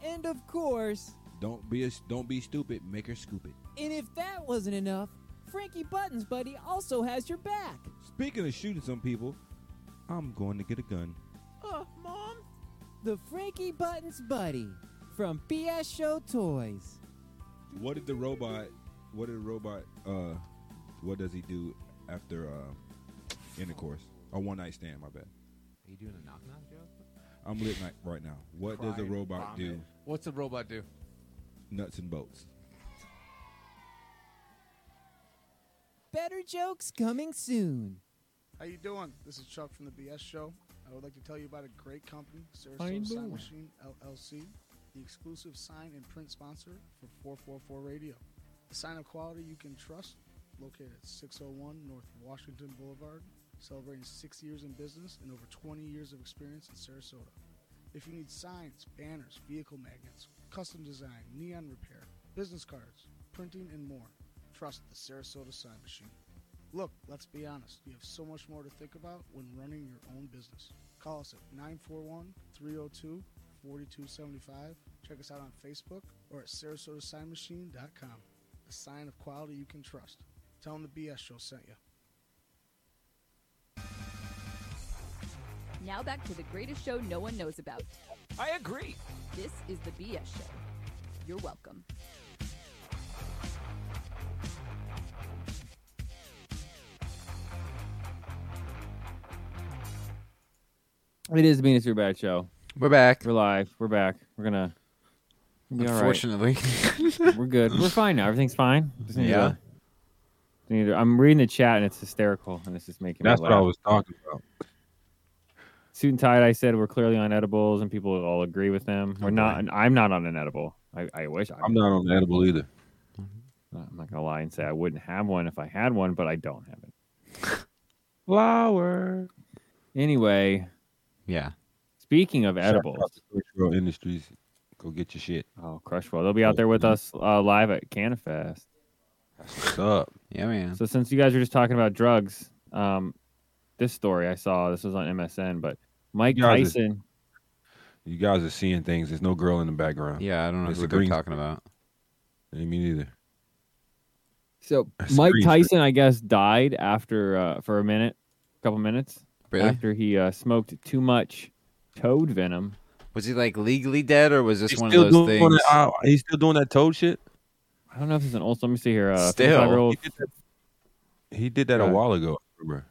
and of course,
Don't be a, don't be stupid. Make her scoop it.
and if that wasn't enough, Frankie Buttons buddy also has your back.
Speaking of shooting some people, I'm going to get a gun.
Oh, Mom! The Frankie Buttons Buddy from BS Show Toys.
What did the robot? What did the robot? Uh, what does he do after uh, intercourse? A one night stand. My bad.
Are you doing a knock knock joke?
I'm lit night right now. What does a
Cry,
robot do?
vomit. What's a robot do?
Nuts and bolts.
Better jokes coming soon.
How you doing? This is Chuck from the BS Show. I would like to tell you about a great company, Sarasota Sign Machine LLC, the exclusive sign and print sponsor for 444 Radio. A sign of quality you can trust, located at 601 North Washington Boulevard, celebrating six years in business and over 20 years of experience in Sarasota. If you need signs, banners, vehicle magnets, custom design, neon repair, business cards, printing, and more, trust the Sarasota Sign Machine. Look, let's be honest. You have so much more to think about when running your own business. Call us at 941 302 4275. Check us out on Facebook or at SarasotaSignMachine.com. A sign of quality you can trust. Tell them the BS show sent you.
Now back to the greatest show no one knows about.
I agree.
This is the BS Show. You're welcome.
it is being a Super Bad Show.
We're back.
We're live. We're back. We're gonna. Be all right.
Unfortunately.
We're good. We're fine now. Everything's fine. Just need to-
Yeah.
just need to- I'm reading the chat and it's hysterical, and this is making.
That's
me
what
laugh.
I was talking about.
Suit and tie. I said we're clearly on edibles, and people all agree with them. We're not. and I'm not on an edible. I, I wish I,
I'm not on the edible either.
I'm not gonna lie and say I wouldn't have one if I had one, but I don't have it.
Flower.
Anyway,
yeah.
speaking of
Shout out
edibles,
to Cultural Industries. Go get your shit.
oh Crushwell, they'll be out there with us uh, live at Canifest.
What's up?
Yeah, man.
So since you guys were just talking about drugs, um, this story I saw. This was on MSN, but Mike
You guys are-
Tyson.
You guys are seeing things. There's no girl in the background.
Yeah, I don't know
It's
who
a
they're
green-
talking about.
Yeah, Me neither.
So
That's
Mike
crazy.
Tyson, I guess, died after uh, for a minute, a couple minutes
Really?
after he uh, smoked too much toad venom.
Was he like legally dead, or was this
He's
one
still
of those
doing one
things?
of- uh,
he's still doing that toad shit.
I don't know if it's an old. Let me see here. Uh,
Still.
55-year-old
He did that a
Right.
while ago. I remember.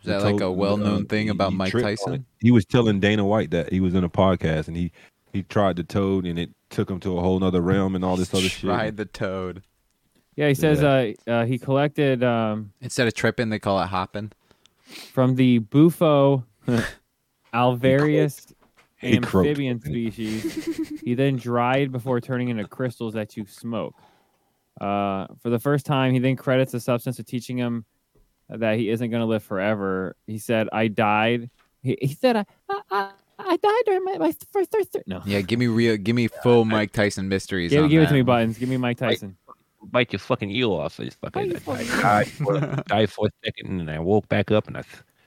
Is
He
that like
told-
a well-known
uh,
thing
he-
about
he
Mike
tripped on
Tyson?
it. He was telling Dana White that he was in a podcast and he he tried the toad and it took him to a whole nother realm and all this other shit.
Tried the toad.
Yeah, he says Uh, uh, he collected um,
instead of tripping, they call it hopping.
From the Bufo alvarius
He croaked.
amphibian species, he then dried before turning into crystals that you smoke. Uh, for the first time, he then credits the substance to teaching him that he isn't going to live forever. He said, "I died." He, he said, I, I, I- I died during my, my first first. thir-" No,
Yeah, give me real, give me full Mike Tyson mysteries.
give,
on
give it to
that.
me, buttons. Give me Mike Tyson.
Bite your fucking eel off. So it's fucking, I, I died, for, died for a second and I woke back up and I,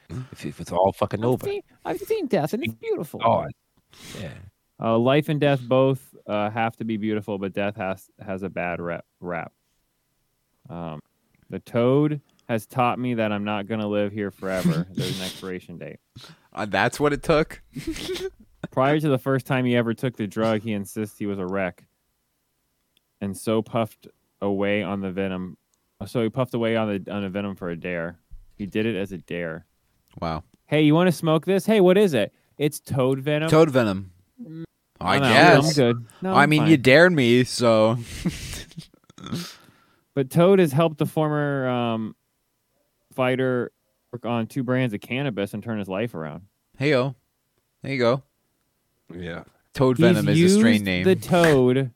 Hmm?
if it was all fucking over.
I've seen death, and it's beautiful.
Oh, yeah.
Uh, life and death both uh, have to be beautiful, but death has has a bad rep, rap. Um, the toad has taught me that I'm not going to live here forever. There's an expiration date.
Uh, that's what it took.
Prior to the first time he ever took the drug, he insists he was a wreck, and so puffed away on the venom. So he puffed away on the on the venom for a dare. He did it as a dare.
Wow.
Hey, you want to smoke this? Hey, what is it? It's toad venom.
Toad venom. I
I'm out.
guess
I'm good. No,
I
I'm
mean,
fine.
you dared me, so
But Toad has helped the former um, fighter work on two brands of cannabis and turn his life around.
heyo, there you go.
Yeah.
Toad
He's
venom is a strain
used
name.
The Toad,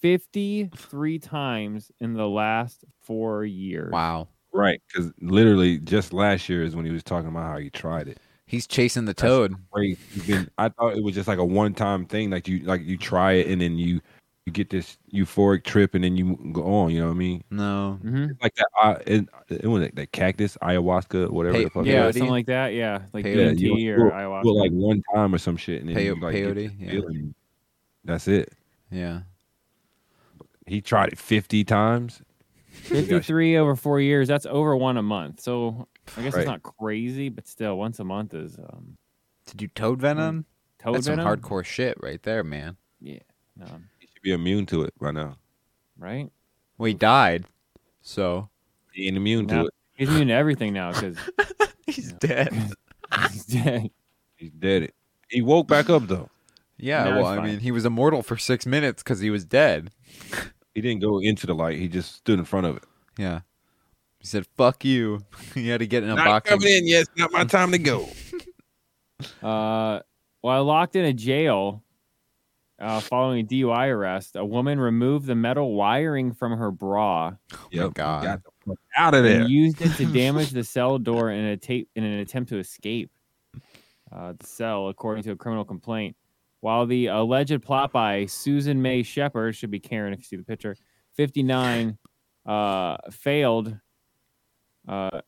fifty-three times in the last four years.
Wow.
Right, because literally just last year is when he was talking about how he tried it.
He's chasing the
toad. Great. He's been- I thought it was just like a one-time thing, like you like you try it and then you you get this euphoric trip and then you go on. You know what I mean?
No,
It's like that. I, it, it was that cactus, ayahuasca, whatever. the fuck it
yeah,
is.
something like that. Yeah, like
Yeah,
DMT
you-
or
you'll-
ayahuasca.
you'll, like one time or some shit, and then
Peo-
you, like, get
peyote,
this
yeah.
feeling. That's it.
Yeah.
He tried it fifty times.
Fifty-three over four years. That's over one a month. So I guess
Right.
it's not crazy, but still, once a month is. Um,
to do toad venom.
Toad
that's
venom?
some hardcore shit right there, man.
Yeah. No.
He should be immune to it by now.
Right.
Well, he died, so
he ain't immune
Now- He's immune to everything now because
he's dead.
he's dead.
He's dead. He woke back up though.
Yeah,
Now
well,
he's
I
fine.
mean, he was immortal for six minutes because he was dead.
He didn't go into the light. He just stood in front of it.
Yeah. He said, "Fuck you." he had to get in a
Not
box.
coming in yet. It's not my time to go.
Uh, while locked in a jail uh, following a DUI arrest, a woman removed the metal wiring from her bra
Yep.
Oh, God.
Got the fuck out of there.
and used it to damage the cell door in a tape in an attempt to escape uh, the cell, according to a criminal complaint. While the alleged plot by Susan May Shepherd should be Karen if you see the picture, 59 uh, failed. Uh,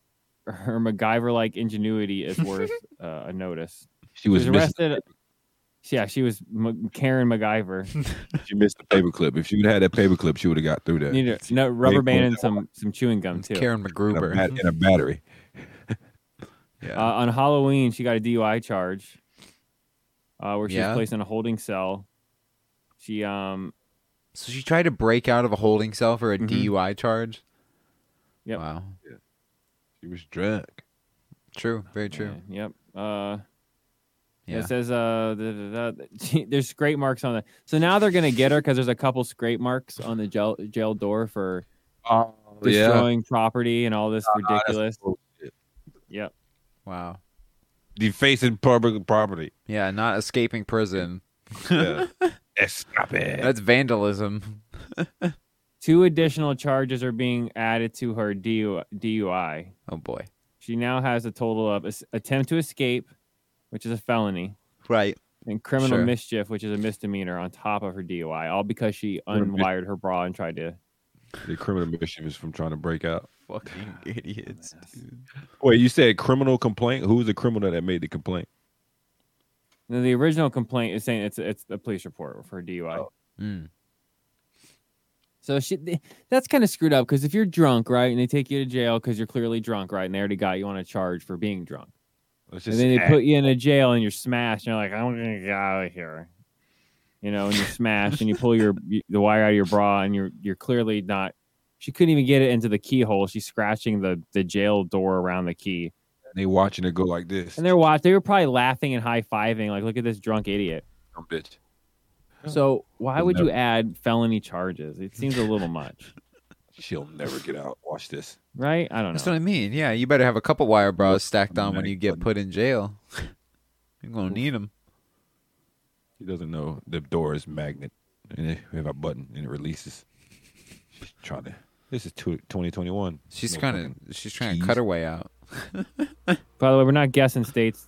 her MacGyver-like ingenuity is worth uh, a notice.
She was missing-
arrested. Yeah, she was M- Karen MacGyver.
she missed the paperclip. If she would have had that paperclip, she would have got through that.
Needed no rubber
Paperclip
band and some some chewing gum too.
Karen
and a,
McGruber.
bat- and a battery.
Uh, on Halloween, she got a DUI charge, uh, where she
Yeah.
was placed in a holding cell. She um
So she tried to break out of a holding cell for a
Mhm.
DUI charge.
Yep.
Wow.
She was drunk.
True. Very true.
eh, yep uh
Yeah.
it says uh the, the, the, there's scrape marks on the so now they're gonna get her because there's a couple scrape marks on the jail jail door for Um,
Oh,
yeah.
destroying property and all this ridiculous. Yep.
Wow.
Defacing public property.
Yeah, not escaping prison.
Yeah. Eh, Stop it.
That's vandalism.
Two additional charges are being added to her DU- DUI.
Oh boy.
She now has a total of es- attempt to escape, which is a felony,
Right.
and criminal
Sure.
mischief, which is a misdemeanor, on top of her DUI, all because she
Criminal mis-
unwired her bra and tried to.
The criminal mischief is from trying to break out.
fucking idiots, dude.
Wait, you said criminal complaint? Who was the criminal that made the complaint?
No, the original complaint is saying it's it's a police report for DUI. So she, th- that's kind of screwed up because if you're drunk, right, and they take you to jail because you're clearly drunk, right, and they already got you on a charge for being drunk, and
just
then they
act-
put you in a jail and you're smashed, and you're like, I'm gonna get out of here, you know, and you're smashed, and you pull your you- the wire out of your bra, and you're you're clearly not. She couldn't even get it into the keyhole. She's scratching the the jail door around the key.
And they watching it go like this.
And they're watch. They were probably laughing and high fiving, like, "Look at this drunk idiot."
Dumb bitch.
So why
You'll
would you
never-
add felony charges? It seems a little much,
She'll never get out. Watch this.
right? I don't know.
That's what I mean. Yeah, you better have a couple wire bras stacked on when you get put in jail. You're gonna need them.
She doesn't know the door is magnet, and it- we have a button, and it releases. She's trying to. This is two, 2021.
She's
No
trying
fucking
to she's trying to cut her way out.
By the way, we're not guessing states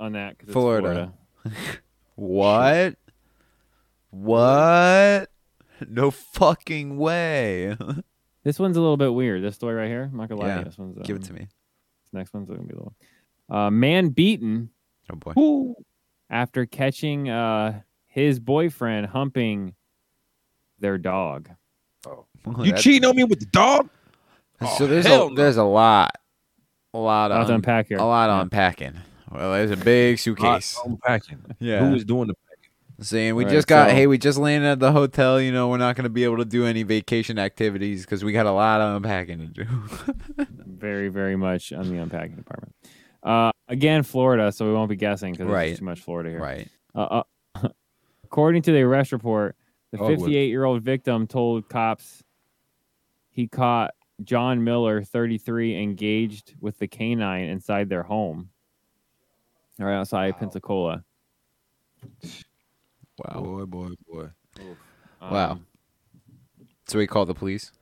on that. 'cause it's
Florida. what? What? No fucking way.
This one's a little bit weird. This story right here, I'm not gonna lie. to
Yeah,
you, This one's,
give it to
um,
me.
This next one's gonna be the one. Uh, man beaten.
Oh boy.
After catching uh, his boyfriend humping their dog.
Oh.
You That- cheating
on me with the dog?
so there's a
hell no.
there's a lot, a lot,
Lot
of
to unpack here.
A lot of unpacking. Well, there's a big
Lot
suitcase.
Unpacking.
Yeah.
Ah, Who is doing the
Saying we
Right,
just got
so-
hey we just landed at the hotel. You know we're not going to be able to do any vacation activities because we got a lot of unpacking to do.
very, very much on the unpacking department. Uh, again, Florida, so we won't be guessing because
Right.
there's too much Florida here.
right.
Uh, uh, according to the arrest report, the
Oh,
Dogwood.
58 year old victim told cops he caught John Miller, 33, engaged with the canine inside their home, right outside Pensacola.
Wow.
Boy, boy, boy.
wow.
Um,
So we called the police.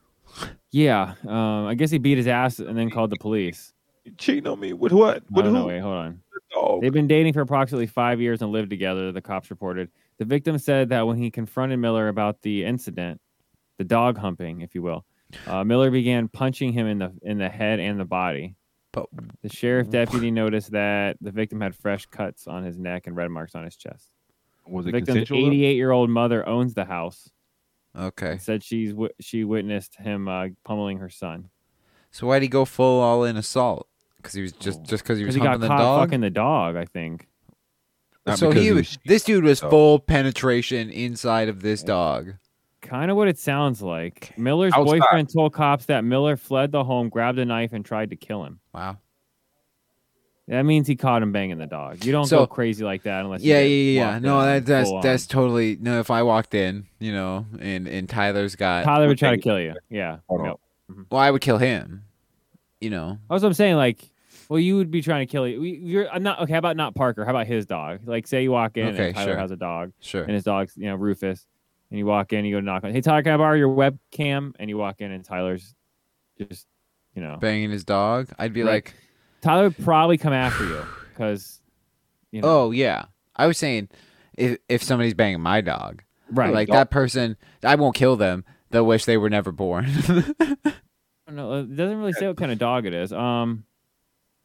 Yeah, um, I guess he beat his ass and then called the police.
You cheating on me with what?
I
With
don't
who?
know. Wait, hold on.
The dog.
They've been dating for approximately five years and lived together, the cops reported. The victim said that when he confronted Miller about the incident, the dog humping, if you will, uh, Miller began punching him in the in the head and the body.
But
The sheriff deputy noticed that the victim had fresh cuts on his neck and red marks on his chest.
was
The
it
victim's
consensual? though?
88 year old mother owns the house.
Okay.
and Said she's wi- she witnessed him uh, pummeling her son
So why'd he go full all in assault? Because he was just just because he was
he got
humping the
caught
dog.
fucking the dog. I think.
Not
so
because
he
it
was.
was-
This dude was
So-
full penetration inside of this dog.
Kind of what it sounds like. Miller's
Outside.
boyfriend told cops that Miller fled the home, grabbed a knife, and tried to kill him.
Wow.
That means he caught him banging the dog. You don't
So-
go crazy like that unless
Yeah, yeah,
you get
yeah, yeah.
walked
No,
in
that, that's
full on.
that's totally no. If I walked in, you know, and and Tyler's got,
Tyler would try to kill you. Yeah,
Hold on.
no.
well, I would kill him. You know,
that's what I'm saying. Like, well, you would be trying to kill you. We- You're I'm not okay. How about not Parker? How about his dog? Like, say you walk in
Okay,
and Tyler
sure.
has a dog,
sure.
and his dog's you know Rufus, and you walk in, you go knock on. Hey Tyler, can I borrow your webcam? And you walk in, and Tyler's just you know
Banging his dog, I'd be
Right.
like,
Tyler would probably come after you because you know
oh yeah. I was saying, if if somebody's banging my dog,
right
like that person, I won't kill them. They'll wish they were never born.
No, it doesn't really say what kind of dog it is. Um,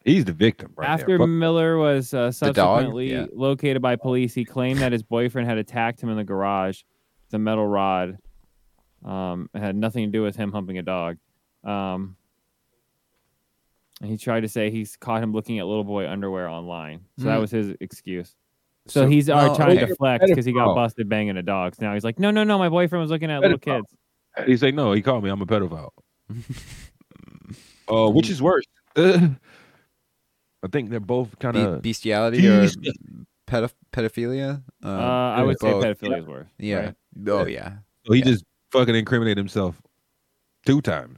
He's the victim, right?
after
there. Fuck-
Miller was uh,
dog?
subsequently
Yeah.
located by police, he claimed that his boyfriend had attacked him in the garage with a metal rod. Um, it had nothing to do with him humping a dog. Um, and he tried to say he's caught him looking at little boy underwear online. So that
Hmm.
was his excuse. So,
So-
he's already
oh,
trying to
okay. Oh.
deflect because he got
Pedophile.
busted banging a dog. So now he's like, no, no, no, my boyfriend was looking at little
Pedophile.
kids.
He say no. He called me. I'm a pedophile. uh, which is worse? Uh, I think they're both kind
Be-
of.
bestiality or pedoph- pedophilia? Uh,
Uh, I would say
both.
pedophilia is worse.
Yeah.
right?
Oh yeah.
So he just fucking incriminated himself two times.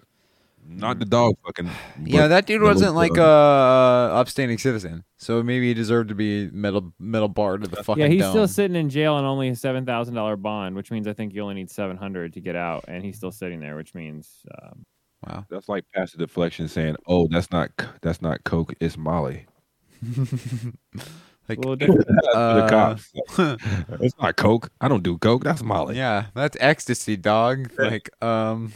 Not the dog fucking.
Yeah,
but
that dude
the
wasn't like a
little-
uh, upstanding citizen, so maybe he deserved to be metal metal barred to the fucking.
Yeah, he's still
dome.
sitting in jail on only a seven thousand dollar bond, which means I think you only need seven hundred to get out, and he's still sitting there, which means um,
Wow.
That's like passive deflection saying, "Oh, that's not c- that's not coke, it's Molly."
a
Like,
little different.
To the
uh,
cops, it's not coke. I don't do coke. That's Molly.
yeah, that's ecstasy, dog. Like, um,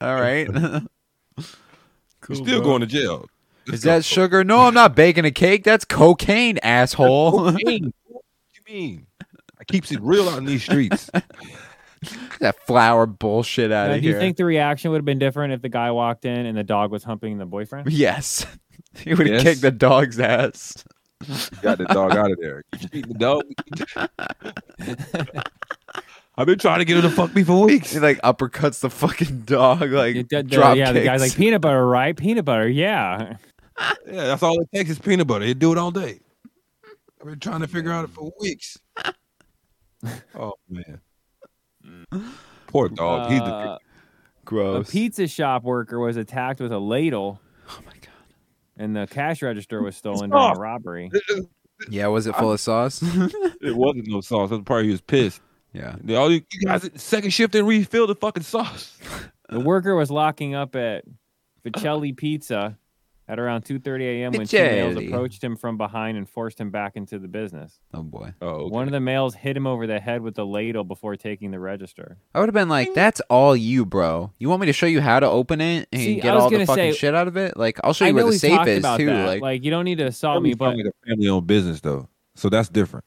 all right.
You're still going to jail.
Is that sugar? No, I'm not baking a cake. That's cocaine, asshole.
Cocaine. What do you mean? I keeps it real out in these streets.
that flour bullshit out
Now,
of
do you
here.
think the reaction would have been different if the guy walked in and the dog was humping the boyfriend?
yes. He would have
Yes.
kicked the dog's ass.
Got the dog out of there. You treat the dog. I've been trying to get him to fuck me for weeks.
He like uppercuts the fucking dog. Like
The-
drop
yeah, the guy's like
kicks.
peanut butter, right? Peanut butter, yeah.
Yeah, that's all it takes is peanut butter. He'd do it all day. I've been trying to figure out it for weeks. oh man, poor
Oh,
dog. He's the
Uh, A pizza shop worker was attacked with a ladle. Oh my god! And the cash register was stolen during
off.
a robbery.
Yeah, was it full of sauce?
it wasn't no sauce. That's probably he was pissed.
Yeah.
They all you guys second shift and refill the fucking sauce.
The worker was locking up at Vicelli Pizza at around 2:30 a.m. when two males
Vicelli.
approached him from behind and forced him back into the business.
Oh boy.
Oh.
One of the males hit him over the head with the ladle before taking the register.
I would have been like, "That's all you, bro. You want me to show you how to open it and
See, I
get
was
all the
gonna
fucking
say-
shit out of it? Like, I'll show you
I
where
know
the
we've
safe
talked
is
about
too.
that.
Like,
you don't need to assault me, but,
family owned business though, so that's different.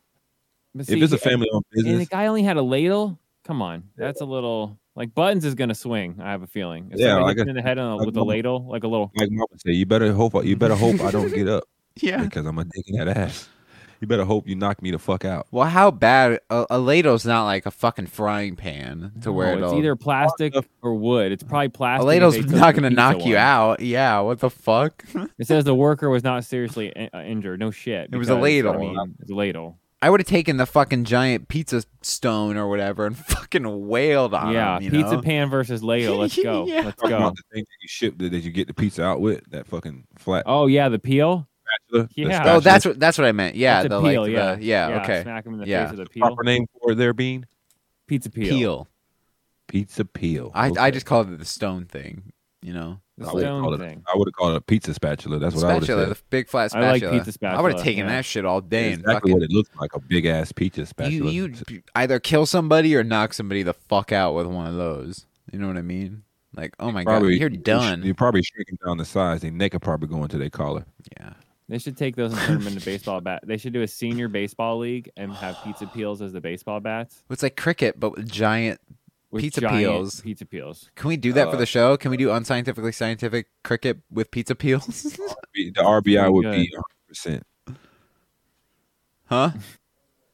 but
if it's a family owned
and the
business,
guy only had a ladle. Come on, that's a little like buttons is gonna swing. I have a feeling. If
Yeah,
somebody
like
hits
I-
you in the head on a,
like
with a
mama-
ladle, like a little.
like Mama said, you better hope I- you better hope I don't get up.
Yeah.
because I'm a dick in that ass. You better hope you knock me the fuck out.
well, how bad? A, a ladle's not like a fucking frying pan to where
No,
it'll.
Oh, it's either plastic or wood. It's probably plastic.
a
if
ladle's
they took
not
the
gonna
pizza
knock you
one.
out. Yeah. What the fuck?
It says the worker was not seriously in- uh, injured. No shit.
It was a
because,
ladle.
I mean, it's a ladle.
I would have taken the fucking giant pizza stone or whatever and fucking wailed on
yeah,
'em, you
pizza
know?
pan versus ladle. Let's go.
Yeah.
Let's
Talking
go.
about the thing that you ship that, that you get the pizza out with that fucking flat.
Oh yeah, the peel.
spatula, the
Yeah.
Oh,
spatula.
that's what that's what I meant. Yeah,
That's a
the
peel,
like,
yeah.
the, yeah,
Yeah,
okay,
smack 'em in the
yeah,
face with a peel.
proper name for there being
Pizza peel.
peel.
pizza peel.
I I
Okay.
just called it the stone thing, you know.
The
I would
stone
call it.
thing.
I would have called it a pizza spatula. That's what I
spatula,
would have
the
said.
big flat
I like
spatula.
pizza spatula,
I would have taken
yeah.
that shit all day and
exactly
fucking.
what it looked like a big ass pizza
You
spatula.
you either kill somebody or knock somebody the fuck out with one of those. You know what I mean? Like, oh my god, you're
sh-
done.
You're probably shrinking down the size. Their neck could probably go into their collar.
yeah,
They should take those and turn them into baseball bat. They should do a senior baseball league and have pizza peels as the baseball bats.
it's like cricket, but with giant
With
pizza
giant
peels.
Pizza peels.
Can we do that for
Uh,
the show? Can we do unscientifically scientific cricket with pizza peels?
The RBI would
Pretty
be 100. percent
huh?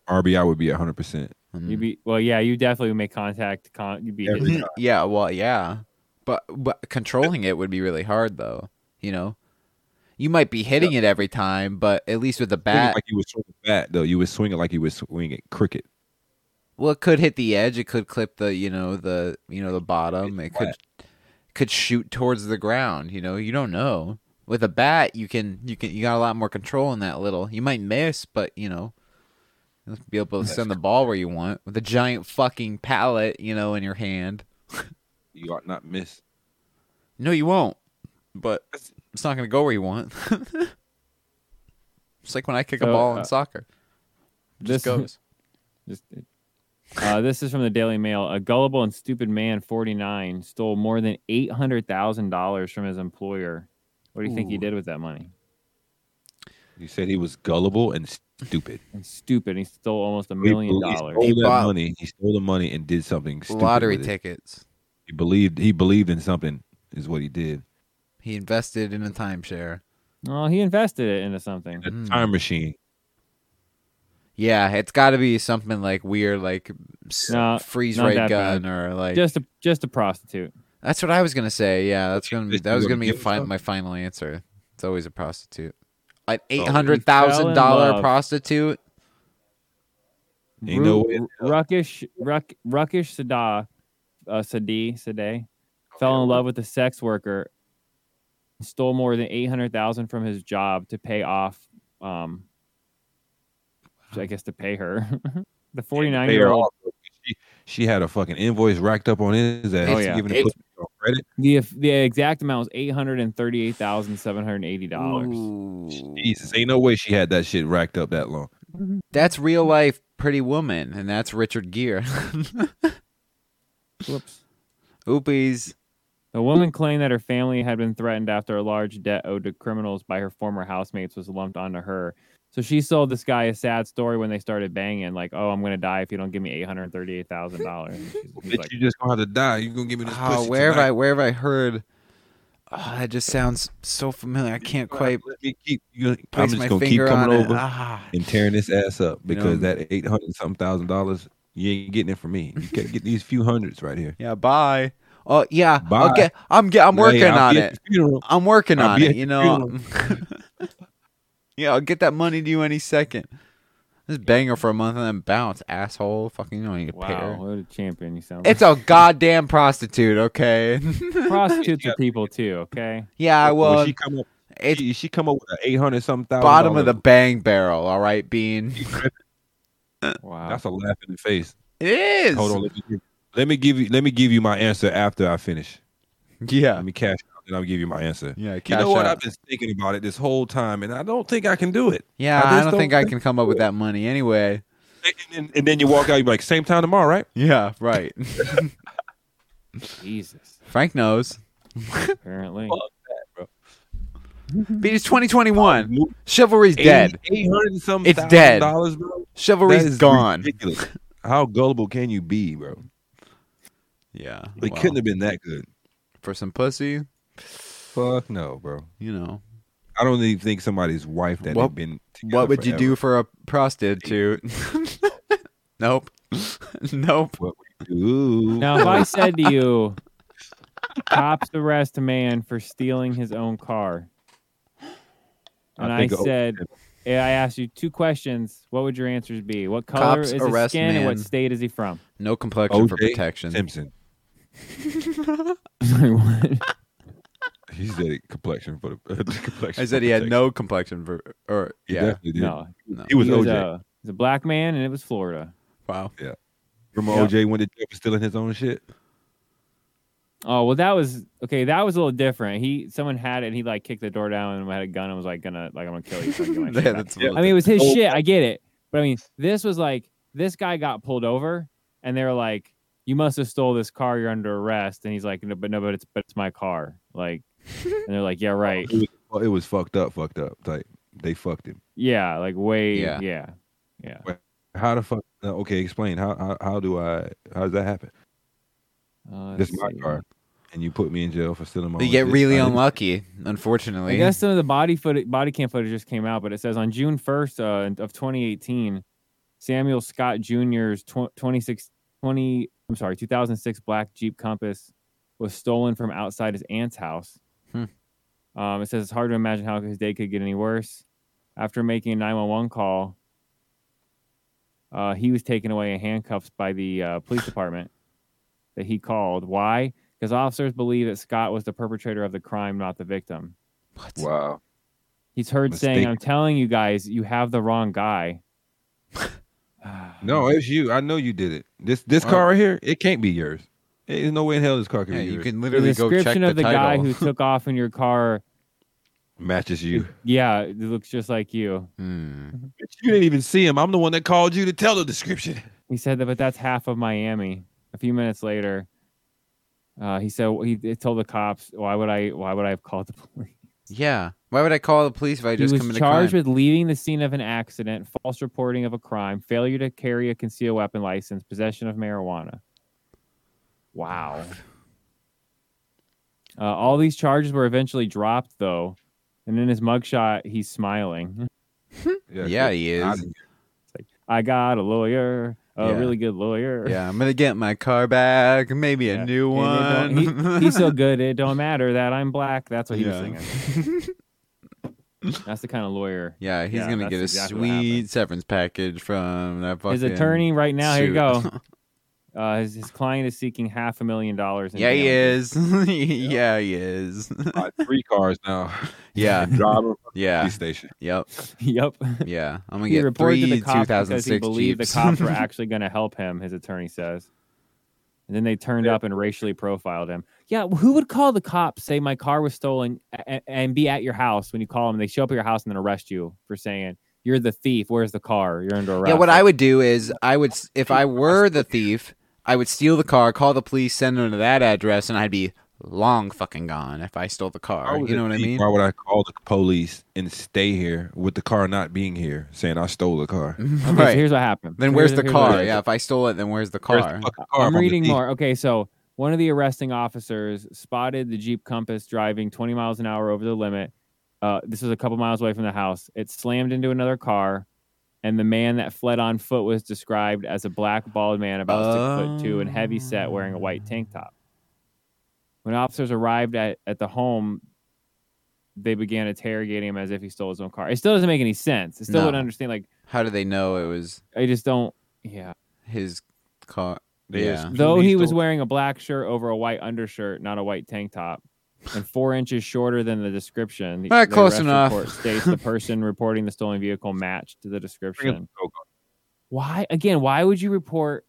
RBI would be 100. percent
Hmm.
You'd be well, yeah. You definitely would make contact. Con, you'd be
Every
hitting-
time.
Mm, Yeah, well, yeah, but but controlling it would be really hard, though. You know, you might be hitting it every time, but at least with the
Swing it
bat,
like you would swing a bat though. You would swing it like you would swing it cricket.
well, it could hit the edge. It could clip the you know the you know the bottom. It could could shoot towards the ground. You know, you don't know. With a bat, you can you can you got a lot more control in that little. You might miss, but you know. You'll be able to send the ball where you want with a giant fucking pallet, you know, in your hand.
You ought not miss.
No, you won't. But it's not going to go where you want. it's like when I kick a
So,
ball
uh,
in soccer. It
this-
just goes.
Just, uh, this is from the Daily Mail. A gullible and stupid man, 49, stole more than $800,000 from his employer. What do you think he
Ooh.
did with that money?
You said he was gullible and stupid.
And stupid. He stole almost a
He-
million
he
dollars.
Stole
He
that
bought-
money. He stole the money and did something stupid.
Lottery
with it.
tickets.
He believed. He believed in something. Is what he did.
He invested in a timeshare.
Oh, he invested it into something.
A
Hmm.
time machine.
Yeah, it's got to be something like weird, like s-
No,
freeze
not
ray
that
gun
bad.
or like.
Just a just a prostitute.
that's what I was gonna say. Yeah, that's gonna be,
just-
that
you
was
wanna
gonna be
give
fi-
us
my final answer. It's always a prostitute. An
he fell
eight
in
hundred thousand dollar
love.
prostitute.
Ain't no way.
Ru- Ruckish Ruck Ruckish Sada uh Sadi Sade fell in love with a sex worker, stole more than eight hundred thousand from his job to pay off um I guess to pay her. the forty nine
Pay her
year old
off. She, she had a fucking invoice racked up on his ass.
Oh, yeah.
Giving
It-
him on credit.
the the exact amount was eight hundred and thirty eight thousand seven hundred and eighty dollars.
Ooh.
Jesus, ain't no way she had that shit racked up that long.
That's real life Pretty Woman, and that's Richard Gere.
Whoops.
Oopies.
The woman claimed that her family had been threatened after a large debt owed to criminals by her former housemates was lumped onto her. So she sold this guy a sad story when they started banging, like, "Oh, I'm gonna die if you don't give me eight hundred thirty-eight thousand dollars."
Bitch, you just gonna have to die. You gonna give me this
Oh,
pussy
where have
tonight.
I where have I heard? Oh, that just sounds so familiar. I can't quite
I'm
place
just
my
gonna keep
finger on
coming
it.
over
Ah.
and tearing this ass up
You know-
because that eight hundred something thousand dollars, you ain't getting it from me. You can't get these few hundreds right here.
Yeah, bye. Oh yeah,
Bye.
I'll get, I'm get, I'm
Hey,
working
I'll
on
be at
it.
the funeral.
I'm working
I'll
on
be at
it.
the
You know. yeah, I'll get that money to you any second. Just bang her for a month and then bounce, asshole. Fucking you don't need to pay
Wow,
her.
what a champion you sound!
It's
like.
a goddamn prostitute, okay?
prostitutes are people too. Okay.
yeah,
When
well,
she come up, she, she come up with an eight hundred something thousand.
bottom of the bang barrel, all right, Bean.
wow,
that's a laugh in the face.
It is.
Hold on, let me, give- let me give you let me give you my answer after I finish.
Yeah,
let me cash out and I'll give you my answer.
Yeah,
you
cash
know what?
out.
I've been thinking about it this whole time, and I don't think I can do it.
Yeah,
just
I, don't think I can come up with that money anyway.
And, and then you walk out, you're like, same time tomorrow, right?
Yeah, right.
Jesus.
Frank knows.
Apparently.
But it's
Oh,
2021. Chivalry's dead.
Eight hundred and some.
It's
thousand
dead.
Dollars, bro.
Chivalry's
That is
gone.
ridiculous. How gullible can you be, bro?
Yeah,
It
wow.
couldn't have been that good.
for some pussy.
Fuck no, bro.
You know,
I don't even think somebody's wife that
What-
had been. together
What would you do
forever.
for a prostitute? nope. nope.
What would you do?
Now, if I said to you, cops arrest a man for stealing his own car, and
I
I,
think it-
said, and I asked you two questions, what would your answers be? What color
Cops
is his
arrest
skin, and what
man.
state is he from?
No complexion for
O.J.
protection.
Simpson. He said complexion for the, complexion.
I said he had no complexion for, or
He
yeah,
definitely did.
No,
No.
He was OJ.
A, he was uh, a black man, and it was Florida.
wow.
yeah. Remember
Yeah.
OJ when the judge was stealing his own shit?
Oh well, that was okay. That was a little different. He someone had it. and He like kicked the door down and had a gun and was like gonna like I'm gonna kill you. so I can get my
Yeah,
shit back."
that's a
I
little
mean, it was his
different.
shit. I get it, but I mean, this was like this guy got pulled over and they were like, "You must have stole this car. You're under arrest." And he's like, "No, but no, but it's but it's my car." Like, and they're like, "Yeah, right.
It was, well, Oh, it was fucked up, fucked up. Like they fucked him.
Yeah, like way.
Yeah.
Yeah, yeah."
Wait, How the fuck? uh, okay, explain. How, how how do I? How does that happen?
Uh,
This
let's
my
see.
car, and you put me in jail for stealing my.
They
own
get
shit?
really
I didn't-
unlucky,
I
unfortunately.
guess some of the body footage, body cam footage just came out, but it says on June 1st uh, of 2018, Samuel Scott Jr.'s tw- 26, 20, I'm sorry, 2006 black Jeep Compass was stolen from outside his aunt's house.
Hmm.
Um, it says it's hard to imagine how his day could get any worse. After making a 911 call, uh, he was taken away in handcuffs by the uh, police department that he called. Why? Because officers believe that Scott was the perpetrator of the crime, not the victim.
Wow.
He's heard saying,
Mistake.
"I'm telling you guys, you have the wrong guy." Ah.
No, it's you. I know you did it. This this car right here, it can't be yours. There's no way in hell this car can
Yeah,
be
you
yours.
The
can literally go check
description
the,
of the
title.
guy who took off in your car,
Matches you.
yeah, it looks just like you.
Hmm.
Bitch, You didn't even see him. I'm the one that called you to tell the description.
He said that, but that's half of Miami. A few minutes later, uh, he said he he told the cops, "Why would I? Why would I have called the police?"
Yeah. Why would I call the police if I just
he was
committed
charged
a crime?
with leaving the scene of an accident, false reporting of a crime, failure to carry a concealed weapon license, possession of marijuana. Wow. Uh, all these charges were eventually dropped, though, and in his mugshot, he's smiling.
Yeah, he is.
I got a lawyer, a
Yeah.
really good lawyer.
Yeah, I'm gonna get my car back, maybe a
Yeah.
new
And
one.
it don't- he- he's so good, it don't matter that I'm black. That's what he
Yeah.
was singing. That's the kind of lawyer.
yeah, he's
Yeah,
gonna
that's
get a
exactly what happened.
sweet severance package from that fucking.
his attorney right now. Here you
suit.
go. Uh, his, his client is seeking half a million dollars. In
yeah, he
damages.
is. yeah, he is.
Buy three cars now.
yeah,
Drive them from the
yeah,
police station.
yep,
Yep.
yeah. I'm gonna
He
get
reported to
three
the cops because
2006
he believed
Jeeps.
the cops were actually going to help him. His attorney says. And then they turned up and racially profiled him. Yeah, who would call the cops, say my car was stolen, and, and be at your house when you call them? They show up at your house and then arrest you for saying you're the thief. Where's the car? You're under arrest.
Yeah, what I would do is I would, s- if I were the thief, I would steal the car, call the police, send them to that address, and I'd be long fucking gone if I stole the car.
I was
You know
a
what I
thief.
mean?
Why would I call the police and stay here with the car not being here, saying I stole the car?
Mm.
Okay, so here's what happened.
Then
Here's-
where's the
here's what
car?
happened.
Yeah, if I stole it, then where's the
Where's
car?
the fucking car? I'm reading more. Okay, so one of the arresting officers spotted the Jeep Compass driving 20 miles an hour over the limit. Uh, this was a couple miles away from the house. It slammed into another car, and the man that fled on foot was described as a black bald man about six foot two and heavy set, wearing a white tank top. When officers arrived at, at the home, they began interrogating him as if he stole his own car. It still doesn't make any sense. It still
No.
wouldn't understand. Like,
how do they know it was?
I just don't. Yeah,
his car.
They
Yeah.
Though he was wearing a black shirt over a white undershirt, not a white tank top, and four inches shorter than the description. The,
All right,
the
close
arrest
enough.
Report states the person reporting the stolen vehicle matched to the description. Why again? Why would you report?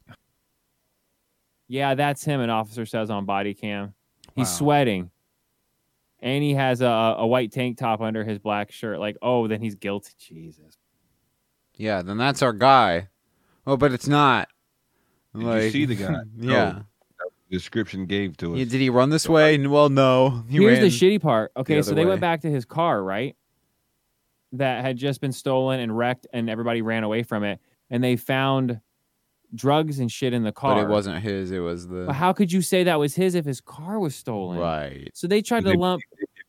Yeah, that's him. An officer says on body cam, he's sweating, and he has a, a white tank top under his black shirt. Like, oh, then he's guilty. Jesus.
Yeah, then that's our guy. Oh, but it's not.
Did you see the guy? Oh, No.
yeah.
That was the Description gave to us.
Yeah, did he run this way? N- Well, no. He
Here's the
ran
shitty part.
the
Okay, so
other
they
way.
went back to his car, right? That had just been stolen and wrecked, and everybody ran away from it. And they found drugs and shit in the car.
But it wasn't his. It was the.
But how could you say that was his if his car was stolen?
Right.
So they tried to
They-
lump.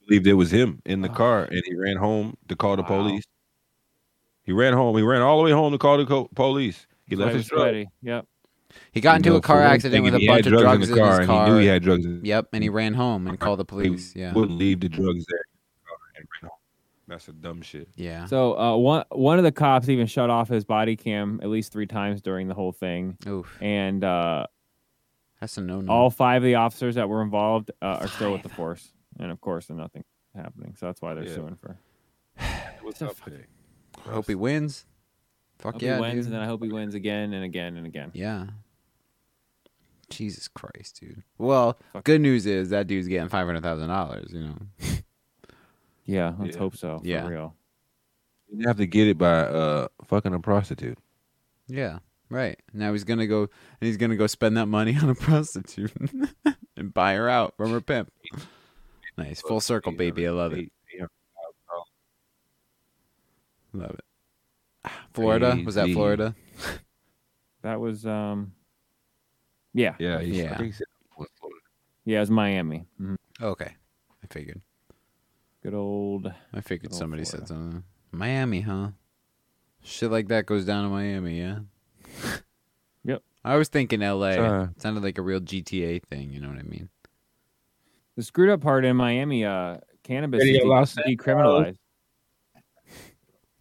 believed it was him in
Oh.
the car, and he ran home to call the police. He ran home. He ran all the way home to call the co- police. He
That's why
left
he
his
was
truck.
sweaty. Yep.
He got
You
into
know,
a car
for one
accident
thing,
with a
and he had
bunch of drugs in,
car,
his
and
car.
He knew he had drugs. In
Yep, and he ran home and called the police.
He
Yeah.
wouldn't leave the drugs there. And ran home. That's the dumb shit.
Yeah.
So uh, one one of the cops even shut off his body cam at least three times during the whole thing.
Oof.
And uh,
that's a no no.
all five of the officers that were involved uh, are still with the force, and of course, nothing happening. So that's why they're
Yeah.
suing for.
What's up, Pig?
I hope he wins. Fuck
hope
yeah,
he wins,
dude.
and then I hope he wins again and again and again.
Yeah. Jesus Christ, dude. Well, good news is that dude's getting five hundred thousand dollars. You know.
Yeah, let's
Yeah.
hope so. For
Yeah.
real.
You have to get it by uh fucking a prostitute.
Yeah. Right. Now he's gonna go and he's gonna go spend that money on a prostitute and buy her out from her pimp. Nice. Full circle, baby. I love it. Love it. Ah, Florida? Was that
Crazy.
Florida?
That was um. Yeah.
Yeah. he's-
Yeah.
I think he's-
Yeah, it was Miami. Mhm.
Okay. I figured.
Good old.
I figured
good old
somebody
Oh, Florida.
said something. Miami, huh? Shit like that goes down in Miami, yeah?
Yep.
I was thinking LA.
Uh.
sounded like a real GTA thing, you know what I mean?
The screwed up part in Miami, uh, cannabis is
Radio
de-
Los
decriminalized.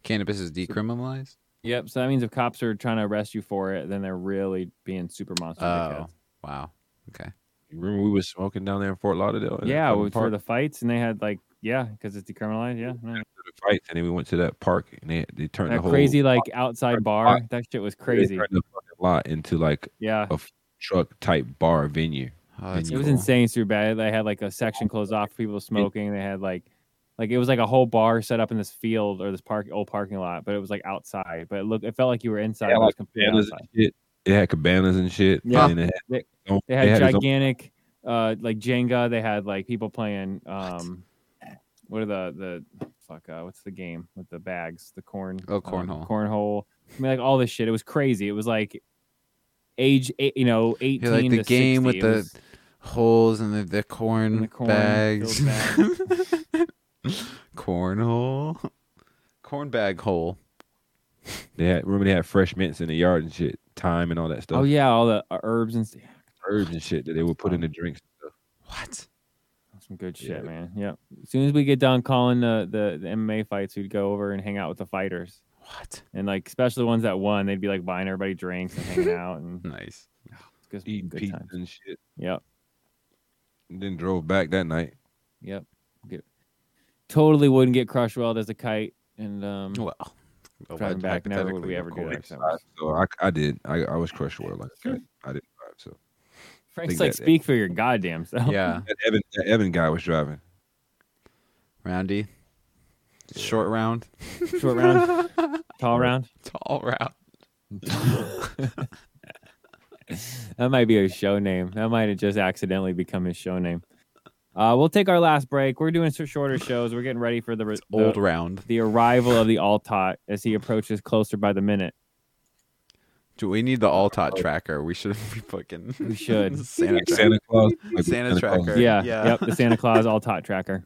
Cannabis is decriminalized?
Yep. So that means if cops are trying to arrest you for it, then they're really being super monster.
Oh, wow. Okay.
You remember we was smoking down there in Fort Lauderdale?
dickheads. Yeah,
we
with- for the fights, and they had like yeah, because it's decriminalized. Yeah. no.
fights, and then we went to that park, and they they turned the
That
whole
crazy like outside bar. That shit was
they
crazy.
turned the fucking lot into like
Yeah.
a f- truck type bar venue.
Oh, that's
It was
cool.
insane, super bad. They had like a section closed off for people smoking. They had like, like it was like a whole bar set up in this field or this park old parking lot, but it was like outside. But it looked, it felt like you were inside.
They had,
but it was completely
like,
outside.
cabanas and shit. It had cabanas and shit.
Yeah.
and it
They,
had,
they had
its own-
gigantic, uh, like Jenga. They had like people playing. Um, what are the the fuck? Uh, what's the game with the bags? The corn.
Oh,
uh,
cornhole.
cornhole. I mean, like all this shit. It was crazy. It was like age, eight, you know,
Yeah,
eighteen.
like the
to
game
60.
with
It
the
was-
holes and the, the corn,
the corn
bags.
filled
corn hole. Corn bag hole.
They had remember they had fresh mints in the yard and shit, thyme and all that stuff.
Oh yeah, all the uh, herbs and stuff.
herbs and shit that they would put in the drinks.
What?
Some good shit, man. Yeah. As soon as we get done calling the, the the MMA fights, we'd go over and hang out with the fighters.
What?
And like, especially the ones that won, they'd be like buying everybody drinks and hanging out and
nice.
It's good,
Eating
good
pizza
times.
and shit.
Yep.
And then drove back that night.
Yep. Get, totally wouldn't get crushed weld as a kite. And um,
well,
driving back, never would we ever do that. except-
So I, I did. I, I was crushed oil like that. I didn't drive. So
Frank's
Think
like,
that-
speak for your goddamn self.
Yeah.
that Evan, that Evan guy was driving.
Roundy. Short round.
Short round, tall round.
Tall round.
That might be a show name. That might have just accidentally become his show name. Uh, we'll take our last break. We're doing some shorter shows. We're getting ready for the, re- the-
old round.
the arrival of the Altot as he approaches closer by the minute.
Do we need the Altot tracker? We should be fucking.
We should.
Santa, tracker.
Santa Claus?
Santa,
Santa Claus.
tracker.
Yeah.
Yeah.
Yep. The Santa Claus all tot tracker.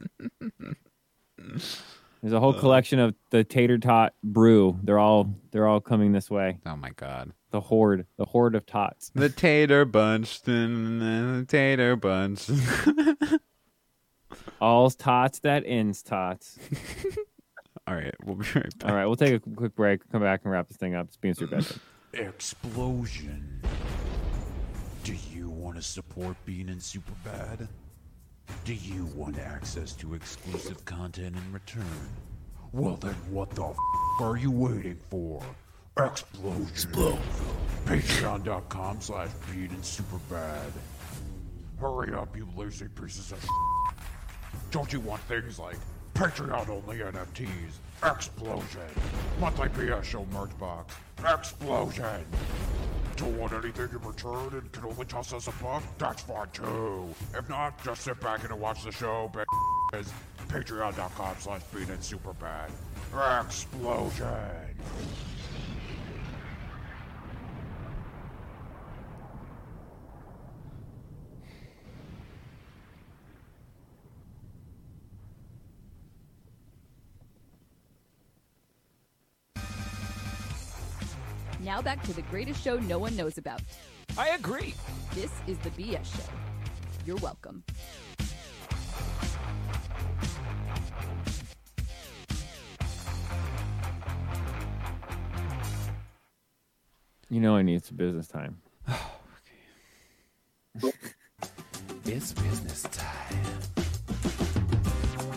There's a whole collection of the tater tot brew. They're all they're all coming this way.
Oh my god.
The horde. The horde of tots.
The tater bunch. dun, dun, The tater bunch.
All's tots that ends tots.
All right. We'll be right back.
All right, we'll take a quick break, come back and wrap this thing up. It's being super epic.
Explosion. Do you want to support Bean and Superbad? Do you want access to exclusive content in return? Well, then what the f are you waiting for? Explosion. Patreon.com slash Bean and Superbad. Hurry up, you lazy pieces of s***. Don't you want things like Patreon only NFTs, Explosion, Monthly PS Show merch box, Explosion? Don't want anything in return and can only toss us a buck? That's fine too. If not, just sit back and watch the show, bitches. Patreon.com slash Bean and Superbad. Explosion!
Now back to the greatest show no one knows about.
I agree.
This is the BS show. You're welcome.
You know I need some business time.
It's business time.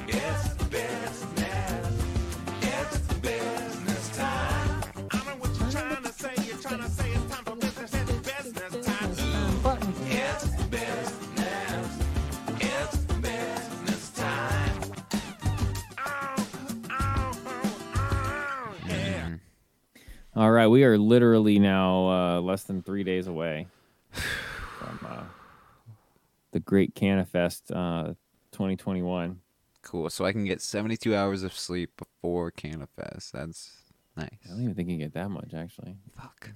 It's business. It's business time. I know what you're trying to say. You're trying to say it's time for business. It's business time. It's business. It's business time. Ow, ow, ow, ow. Yeah.
All right, we are literally now uh, less than three days away from uh, the Great Canifest uh, 2021.
Cool. So I can get 72 hours of sleep before Canifest. That's nice.
I don't even think you can get that much actually.
Fuck.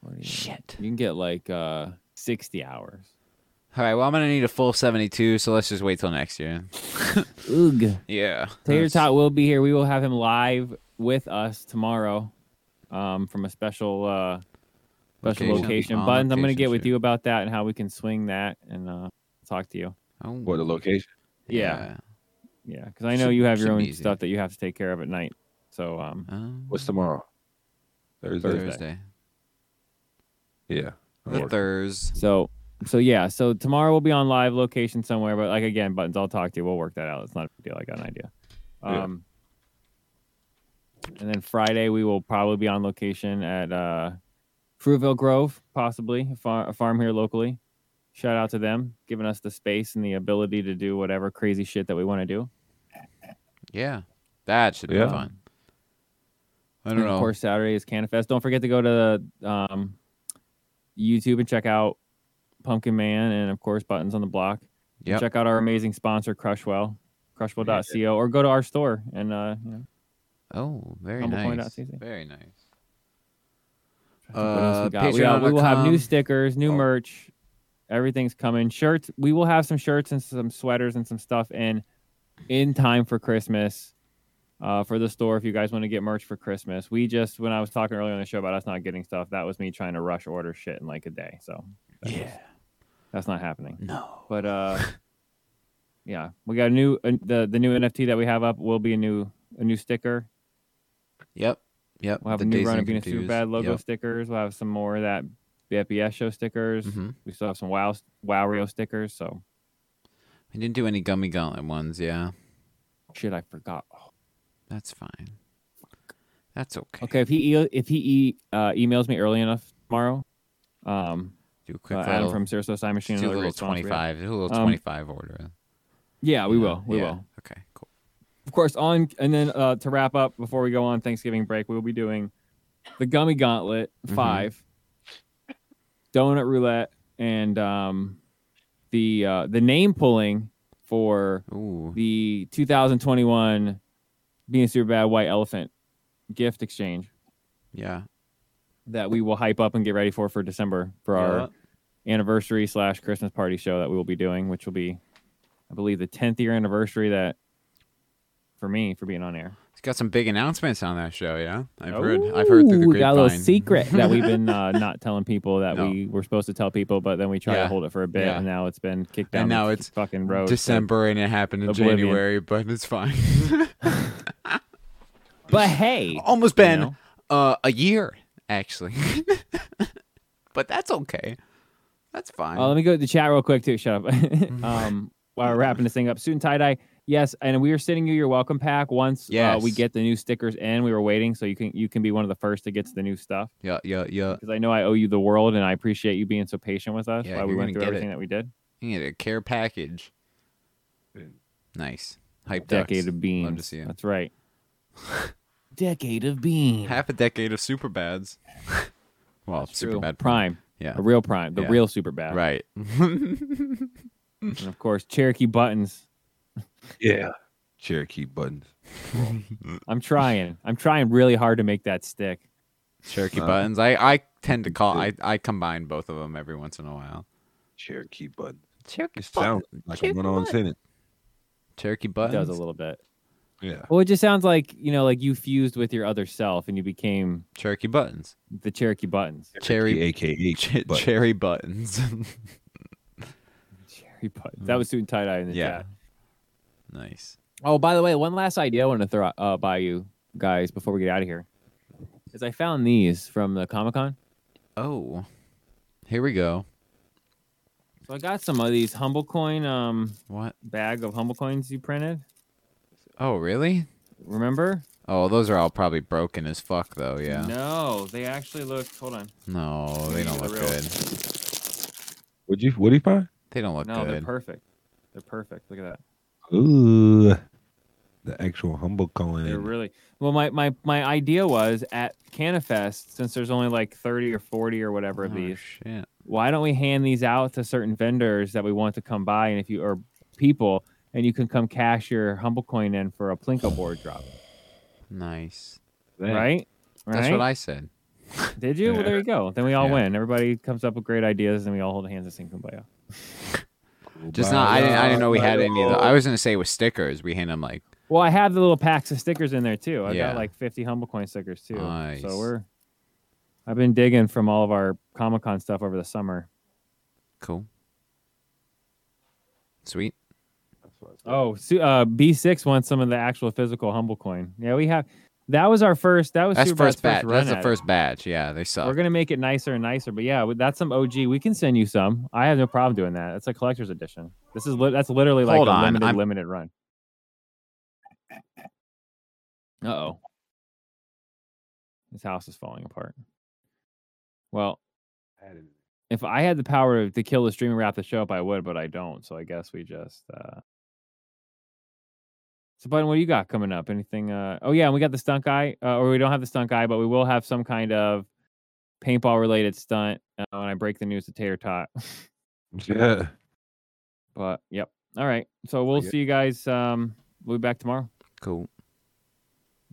What do you-
Shit.
You can get like uh, 60 hours.
All right. Well, I'm gonna need a full 72. So let's just wait till next year.
Oog.
Yeah.
Tater
That's-
Tot will be here. We will have him live with us tomorrow um, from a special uh, special
Location.
location.
On
Buttons, I'm going to
location
get with
shoot.
you about that and how we can swing that and uh, talk to you.
Oh,
What the location?
Yeah. Yeah, because I know
Should-
you have
should
your own
be easy.
stuff that you have to take care of at night. So um,
What's tomorrow? Thursday.
Oh, Thursday.
Yeah. I'm
The
working.
Thurs.
So so yeah, so tomorrow we'll be on live location somewhere, but like again, buttons, I'll talk to you. We'll work that out. It's not a big deal. I got an idea.
Yeah.
Um and then Friday we will probably be on location at uh Fruitville Grove, possibly a, far- a farm here locally. Shout out to them, giving us the space and the ability to do whatever crazy shit that we want to do.
Yeah. That should
Yeah.
be fun. I
And
don't know.
Of course, Saturday is Canifest. Don't forget to go to um, YouTube and check out Pumpkin Man and, of course, Buttons on the Block. And
Yep.
Check out our amazing sponsor, Crushwell, crushwell.co, or go to our store and, uh, you know,
Oh, very
Humblepoint
nice.
out season.
Very nice.
what else
Uh,
we, got? We, got- we will have new
patreon.com.
stickers, new merch. Everything's coming. Shirts. We will have some shirts and some sweaters and some stuff in in time for Christmas uh, for the store. If you guys want to get merch for Christmas, we just when I was talking earlier on the show about us not getting stuff, that was me trying to rush order shit in like a day. So that was- that's not happening.
No,
but uh, yeah, we got a new uh, the the new NFT that we have up will be a new a new sticker.
Yep. Yep.
We'll have
the
a new
Dazed
run
and
of Venus Super
Confused.
Bad logo
Yep.
stickers. We'll have some more of that the FBS show stickers.
Mhm.
We still have some Wow Wow Rio stickers. So
I didn't do any gummy gauntlet ones. Yeah.
shit, I forgot.
Oh, That's fine. That's okay.
Okay, if he e- if he e- uh, emails me early enough tomorrow, um,
do a quick
uh,
little-
Adam from Sirius Side Machine.
Just do a
another
little
response we have.
25. Do a little
Um,
25 order.
Yeah, we
Yeah,
will. We
yeah.
will.
Okay, cool.
Of course, on and then uh, to wrap up before we go on Thanksgiving break, we will be doing the Gummy Gauntlet
Mhm.
5 donut roulette, and um, the uh, the name pulling for the 2021 being super bad white elephant gift exchange.
Yeah.
That we will hype up and get ready for for December for our anniversary slash Christmas party show that we will be doing, which will be, I believe, the 10th year anniversary that for me for being on air.
It's got some big announcements on that show. Yeah, I've heard. I've heard through the
Ooh, That
grapevine.
little secret that we've been uh, not telling people that we were supposed to tell people, but then we tried
Yeah.
to hold it for a bit,
Yeah.
and now it's been kicked down.
and
the
now it's
fucking road. to
December, and it happened in
oblivion.
January, but it's fine.
but hey,
almost been uh, a year actually. but that's okay. That's fine.
Uh, let me go to the chat real quick too. Shut
Mm-hmm.
up. um, while we're wrapping this thing up, suit and tie dye. Yes, and we are sending you your welcome pack once uh, we
Yes.
get the new stickers in. We were waiting, so you can you can be one of the first to get to the new stuff.
Yeah, yeah, yeah.
Because I know I owe you the world, and I appreciate you being so patient with us
Yeah,
while we
you're
went
gonna
through
get
everything
it.
that we did.
You get a care package. Nice. Hype
Decade
ducks.
of beans.
Love to see it.
That's right. decade of beans.
Half a decade of super bads. well, super
true.
bad
Prime.
Yeah.
A real prime. The
Yeah.
real super bad.
Right.
and of course, Cherokee buttons.
Yeah. Cherokee buttons.
I'm trying. I'm trying really hard to make that stick. Uh,
Cherokee buttons. I, I tend to call. I, I combine both of them every once in a while.
Cherokee buttons.
Cherokee
It sounds like a run-on sentence.
Cherokee buttons.
does a little bit.
Yeah.
Well, it just sounds like you know, like you fused with your other self and you became
Cherokee buttons.
The Cherokee buttons.
Cherry,
aka
buttons.
cherry buttons.
Cherry buttons. That was suit and tie dye in the
Yeah.
chat.
Nice.
Oh, by the way, one last idea I want to throw uh, by you guys before we get out of here is I found these from the Comic Con.
Oh, here we go.
So I got some of these humble coin um
what
bag of humble coins you printed.
Oh, really?
Remember?
Oh, those are all probably broken as fuck though. Yeah.
No, they actually look. Hold on.
No, they don't look
Real.
good.
Would you? Would he buy?
They don't look
no, they're
good.
perfect. They're perfect. Look at that.
Ooh, the actual humble
They're
coin.
really well. My my my idea was at Canifest, since there's only like thirty or forty or whatever of these.
Oh, Shit.
Why don't we hand these out to certain vendors that we want to come by, and if you or people, and you can come cash your humble coin in for a plinko board drop,
Nice.
right?
That's
Right?
what I said.
Did you? Well, there you go. Then we all
Yeah.
win. Everybody comes up with great ideas, and we all hold hands and sing kumbaya.
Just not. I didn't. I didn't know we had any. of the, I was gonna say with stickers, we hand them like.
Well, I have the little packs of stickers in there too. I
Yeah.
got like 50 humble coin stickers too.
Nice.
So we're I've been digging from all of our Comic Con stuff over the summer.
Cool. Sweet.
Oh, Su- uh, B6 wants some of the actual physical humble coin. Yeah, we have. That was our first. That was
That's
Superbad's
first batch.
First run
That's the
at it.
first batch. Yeah, they suck.
We're gonna make it nicer and nicer. But yeah, that's some OG. We can send you some. I have no problem doing that. It's a collector's edition. This is li- that's literally like
Hold
a
on,
limited
I'm-
limited run. Uh oh. This house is falling apart. Well, if I had the power to kill the stream and wrap the show up, I would, but I don't. So I guess we just. uh So, Button, what do you got coming up? Anything? uh Oh yeah, and we got the stunt guy, uh, or we don't have the stunt guy, but we will have some kind of paintball related stunt uh, when I break the news to Tater Tot.
Yeah.
but yep. All right. So we'll
Yeah.
see you guys. Um, we'll be back tomorrow.
Cool.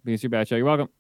Be a super bad show. You're welcome.